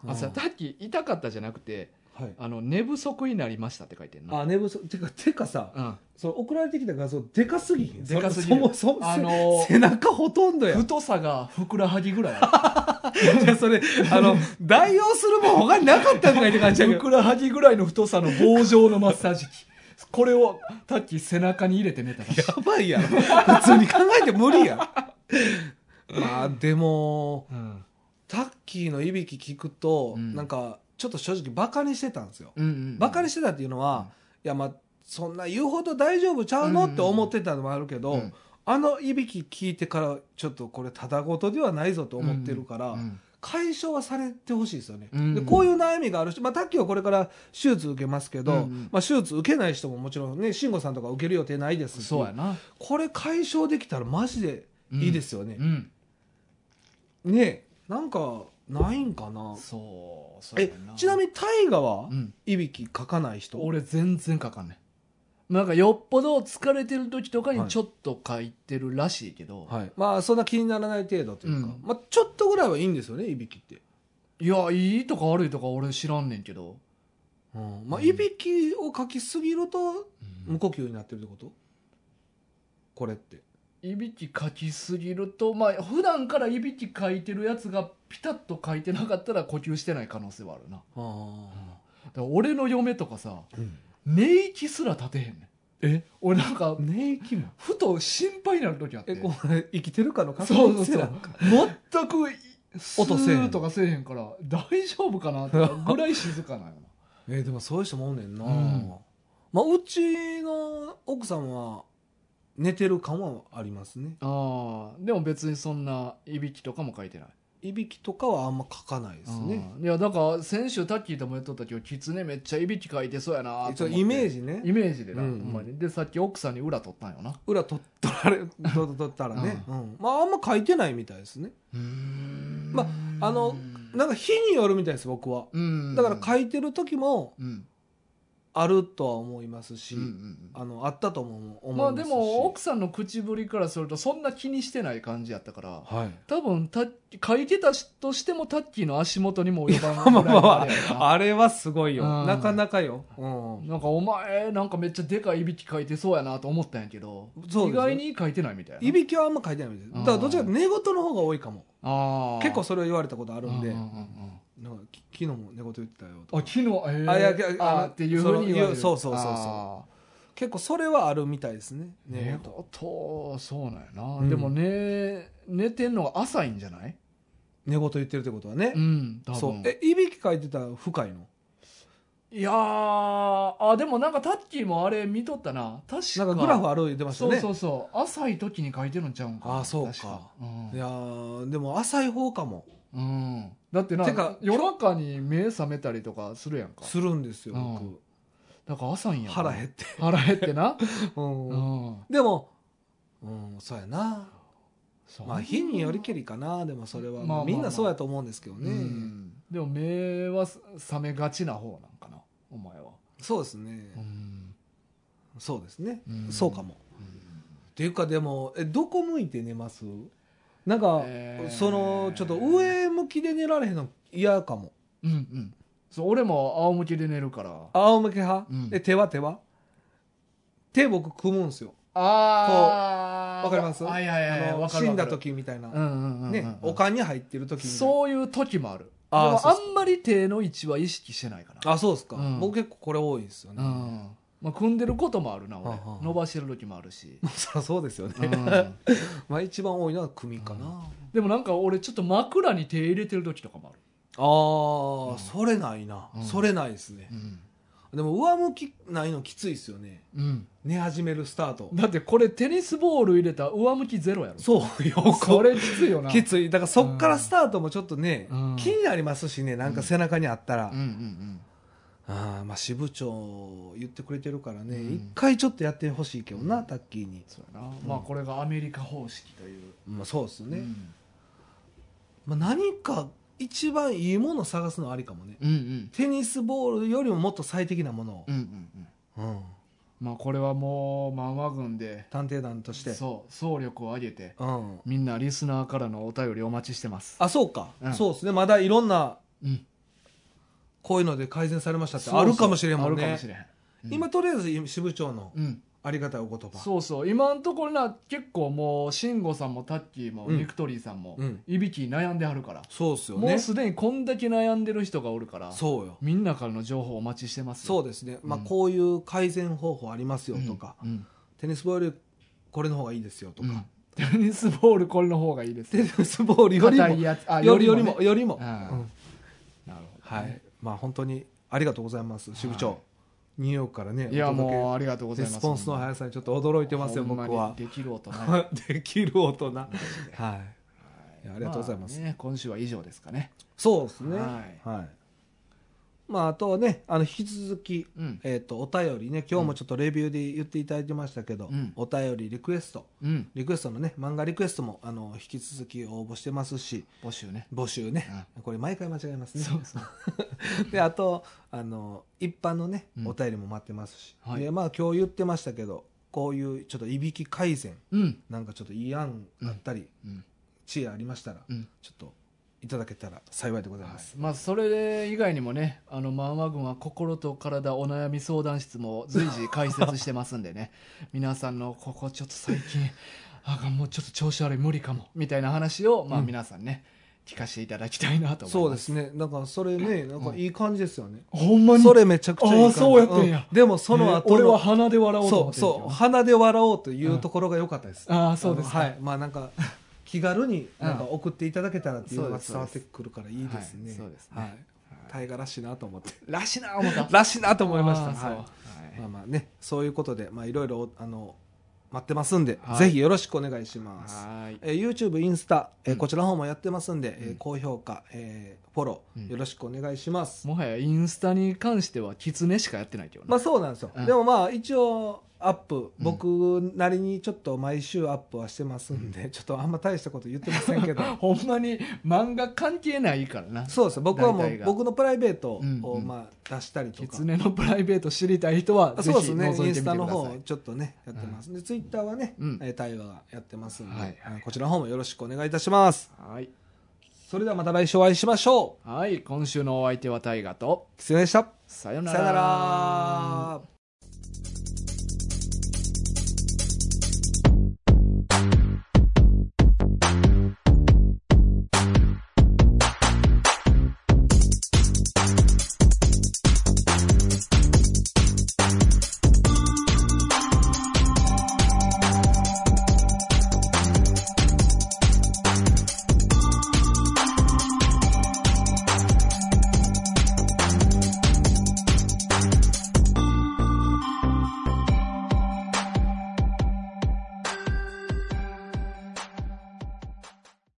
うんあさ
うん
タッキー痛かったじゃなくて
はい、
あの寝不足になりましたって書いてんな
あ寝不足てかてかさ、
うん
その送られてきた画像でかすぎひん
でかすぎる
そもそも、
あのー
せ背中ほとんどやん
太さがふくらはぎぐらい
いや それあの代用するもん他になかったんかいって感じやけ
ふ
ど
くらはぎぐらいの太さの棒状のマッサージ機これをタッキー背中に入れて寝たらしい
やばいやろ普通に考えて無理やんまあでも
うん
タッキーのいびき聞くと、
うん
なんかちょっと正直バカにしてたんですよ、
うんうん
バカにしてたっていうのは、いやまあそんな言うほど大丈夫ちゃうの、
うんうん
って思ってたのもあるけど、
うん
あのいびき聞いてからちょっとこれただごとではないぞと思ってるから、
うん
解消はされてほしいですよね、
うん
でこういう悩みがある人、まあ、タッキーはこれから手術受けますけど、
うんうん
まあ、手術受けない人ももちろんね慎吾さんとか受ける予定ないですし
そうやな
これ解消できたらマジでいいですよね
う、ん
ねなんかないんかな
そうそう
え
や
ちなみに大河は
うん
いびきかかない人、
俺全然かかんねんなんかよっぽど疲れてる時とか
はい
にちょっと書いてるらしいけど、
はい、まあそんな気にならない程度というか、
うん
まあ、ちょっとぐらいはいいんですよねいびきって、
い、やいいとか悪いとか俺知らんねんけど、
うんまあ、
うん
いびきをかきすぎると無呼吸になってるってことこれって
いびきかきすぎるとまあ普段からいびきかいてるやつがピタッとかいてなかったら呼吸してない可能性はあるな、
あ
だから俺の嫁とかさ
あ、うん
寝息すら立てへんねん
え
俺なんか
寝息も
ふと心配になる時あって
えこれ生きてるかの確
そうそ
認
う
せ
そ
な
う
う
全くい
音せえへん
スーとかせえへんから大丈夫かな ってぐらい静かなんよ
えでもそういう人もおんねんな、
うん
まあ、うちの奥さんは寝てる感はありますね
なあーでも別にそんないびきとかも書いてない
いびきとかはあんま書かないですね
あーいやだから先週タッキーともやっとったけどキツネめっちゃいびき書いてそうやな
ち
と
ょっ
思っ
と
て
イメージね
イメージでな、
う
ほ
んうん
んまにでさっき奥さんに裏取ったんよな
裏取っ取られ取取ったらね、うんまああんま書いてないみたいですねまあのなんか日によるみたいです僕は
うん
だから書いてる時も
うん
あるとは思いますし、
うんうん
あのあったとも思い
まあ
ますし、
でも奥さんの口ぶりからするとそんな気にしてない感じやったから
はい
多分た書いてたとしてもタッキーの足元にも及ばんぐらい
まあま
のあ
あま
れやな
ああれはすごいよ、
うん
なかなかよ、うん、
なんかお前なんかめっちゃでかいいびき書いてそうやなと思ったんやけど、
そう
意
です
外
ね
に書いてないみたいない
びきはあんま書いてないみたいですだからどっちかというと寝言の方が多いかも
あー
結構それを言われたことあるんで
ううう
なんか
ん
き昨日も寝言言ってたよと
あ
か
昨日えー、
あいやいやあの
あーっていうふうに言われる
そのそうそうそうそう
あ
結構それはあるみたいですね
ー
寝
寝
言
言そうなんやな、
ん
でも寝寝てんのが浅いんじゃない
寝言言ってるってことはね、
うん多分
そうえいびき書いてたら深いの
いやーあでもなんかタッキーもあれ見とったな確か
なんかグラフ歩いてました
そう
ね
そうそう浅い時に書いてるんちゃうんかな
あーそうか
確うん
いやーでも浅い方かも
うん、だってな
てか
夜中に目覚めたりとかするやんか
するんですよ、
うん
僕
だから朝んやな
腹減って、
腹減って な、
うん
うん、
でもうんそうやな
そう
まあ日によりけりかなでもそれ
ま
は、
あまあまあ
みんなそうやと思うんですけど
う
ね、
んでも目は覚めがちな方なんかなお前は、
そうですね、
うん
そうですね、
うん
そうかも、っていうかでもえどこ向いて寝ますなんか、
えー
そのちょっと上向きで寝られへんの嫌かも
うんうんそう俺も仰向けで寝るから
仰向け派、
うん
え手は手は手僕組むんすよ
あ
わかります
はいはいはい
あの
わかる
死んだ
わかる
時みたいな、
うんうんうんうん
ね、おかんに入ってる時みたいな
そういう時もある
あー
でも
そう
あ
そうん
まり手の位置は意識してないかな
あそうですか、
うん
僕結構これ多いですよ
う
ね、
んまあ、組んでることもあるな俺
はあはあ
伸ばしてる時もある し、
そりゃそうですよね、
うん
まあ一番多いのは組かな、あ
でもなんか俺ちょっと枕に手入れてる時とかもある
あ、
うん
それないな、
うん
それないですね
うん
でも上向きないのきついですよね
うん
寝始めるスタート
だってこれテニスボール入れた上向きゼロやろ
そうよこ
そ
れ
れきついよな
きついだからそっからスタートもちょっとね、
うん
気になりますしねなんか背中にあったら、
うんうん
ああまあ支部長言ってくれてるからね、
うん
一回ちょっとやってほしいけどな、タッキーに、
そうやな、まあこれがアメリカ方式という
まあ、そうです
う
ね、
ん
まあ、何か一番いいもの探すのはありかもね、
うんうん
テニスボールよりももっと最適なものを
うんう、ん
うん
まあこれはもう漫画軍で
探偵団として
そう総力を挙げて
うん、
みんなリスナーからのお便りお待ちしてます
あそうか、
うん
そうですねまだいろんな
うん
こういうので改善されましたってあるかもしれんもん
そうそうあるか
ね
もしれへん
うん
今とりあえず支部長の
うん
ありがたいお言葉、
そうそう今のところな結構もう慎吾さんもタッキーも
うん
ビクトリーさんも、
うん
いびき悩んではるから、
そうっすよ
も
ね
うすでにこんだけ悩んでる人がおるから
そうよ
みんなからの情報お待ちしてます
そう
う
ですね、まあ、
うん
こういう改善方法ありますよとか、
うん
テニスボールこれの方がいいですよとか、
うん
テニスボールこれの方がいいです
テニスボールよりも
硬いやつあ
よりより
ね
もよりも、
あ
うん
なるほど、
はい、まあ本当にありがとうございます支部長、
はい
ニューヨークからね
いや
お届け
もうありがとうござい
レ
ます
スポンスの速さにちょっと驚いてますよ
ほん
僕
に
は
できる 音ない
できる大人はいいやありがとうございます、
あね、今週は以上ですかね
そうですね
は
はいまああとはねあの引き続き、
うん
えっ、とお便りね今日もちょっとレビューで言っていただいてましたけど、
うん
お便りリクエスト
うん
リクエストのね漫画リクエストもあの引き続き応募してますし
募集ね
募集ね、これ毎回間違えますね
そうそう
であとあの一般のね
うん
お便りも待ってますし、
はい
でまあ今日言ってましたけどこういうちょっといびき改善
うん
なんかちょっといい案あったり、
うん
知恵ありましたら、
うん
ちょっといただけたら幸いでござい
は
ます、
いまあそれ以外にもねあのマンマ軍は心と体お悩み相談室も随時開設してますんでね 皆さんのここちょっと最近 あかんもうちょっと調子悪い無理かもみたいな話をまあ
うん
皆さんね、聞かせていただきたいなと思います
そうですねなんかそれねなんかいい感じですよね、
ほんまに
それめちゃくちゃいい感じ
あーそうやってんや
うでもその
えー
後の、
俺は鼻で笑おうと
そ
思
う
ってるけど
そう鼻で笑おうというところが良かったです、
ああそうですか
あのはいまあなんか 気軽になんか
うん
送っていただけたらっていうの
そう
が
です
伝わってくるからいいですね、
はいそうですね
はい大河らしいなと思って
らしいな思った
らしいなと思いました、
あーそう
はいまあまあねそういうことでまあいろいろあの待ってますんで、
はい
ぜひよろしくお願いします
はい
えー YouTube、インスタ、えー
うん
こちらの方もやってますんで、えー
うん
高評価、えーフォロ
うん
ーよろしくお願いします、
もはやインスタに関しては狐しかやってないけどな
まあそうなんですよ、
うん
でもまあ一応アップ、僕なりにちょっと毎週アップはしてますんで、ちょっとあんま大したこと言ってませんけ ど
ほんまに漫画関係ないからな。
そうです僕はも
大体
う
が
僕のプライベート
うん
を
うん
まあ出したりとか、
狐のプライベート知りたい人は、ぜ
そう
ひ
です
覗
ねイ
い
ン
て
ス
みて
タ
く
の
ださ
方
い。
ちょっとねやってます、でツイッターはね、
うん
えー対話がやってますんで、
はいはい
うんこちらの方もよろしくお願いいたします
はい。
それではまた来週お会いしましょ
はい、今週のお相手は大河と、
う失礼でした
さよな
さよな
ら。
ら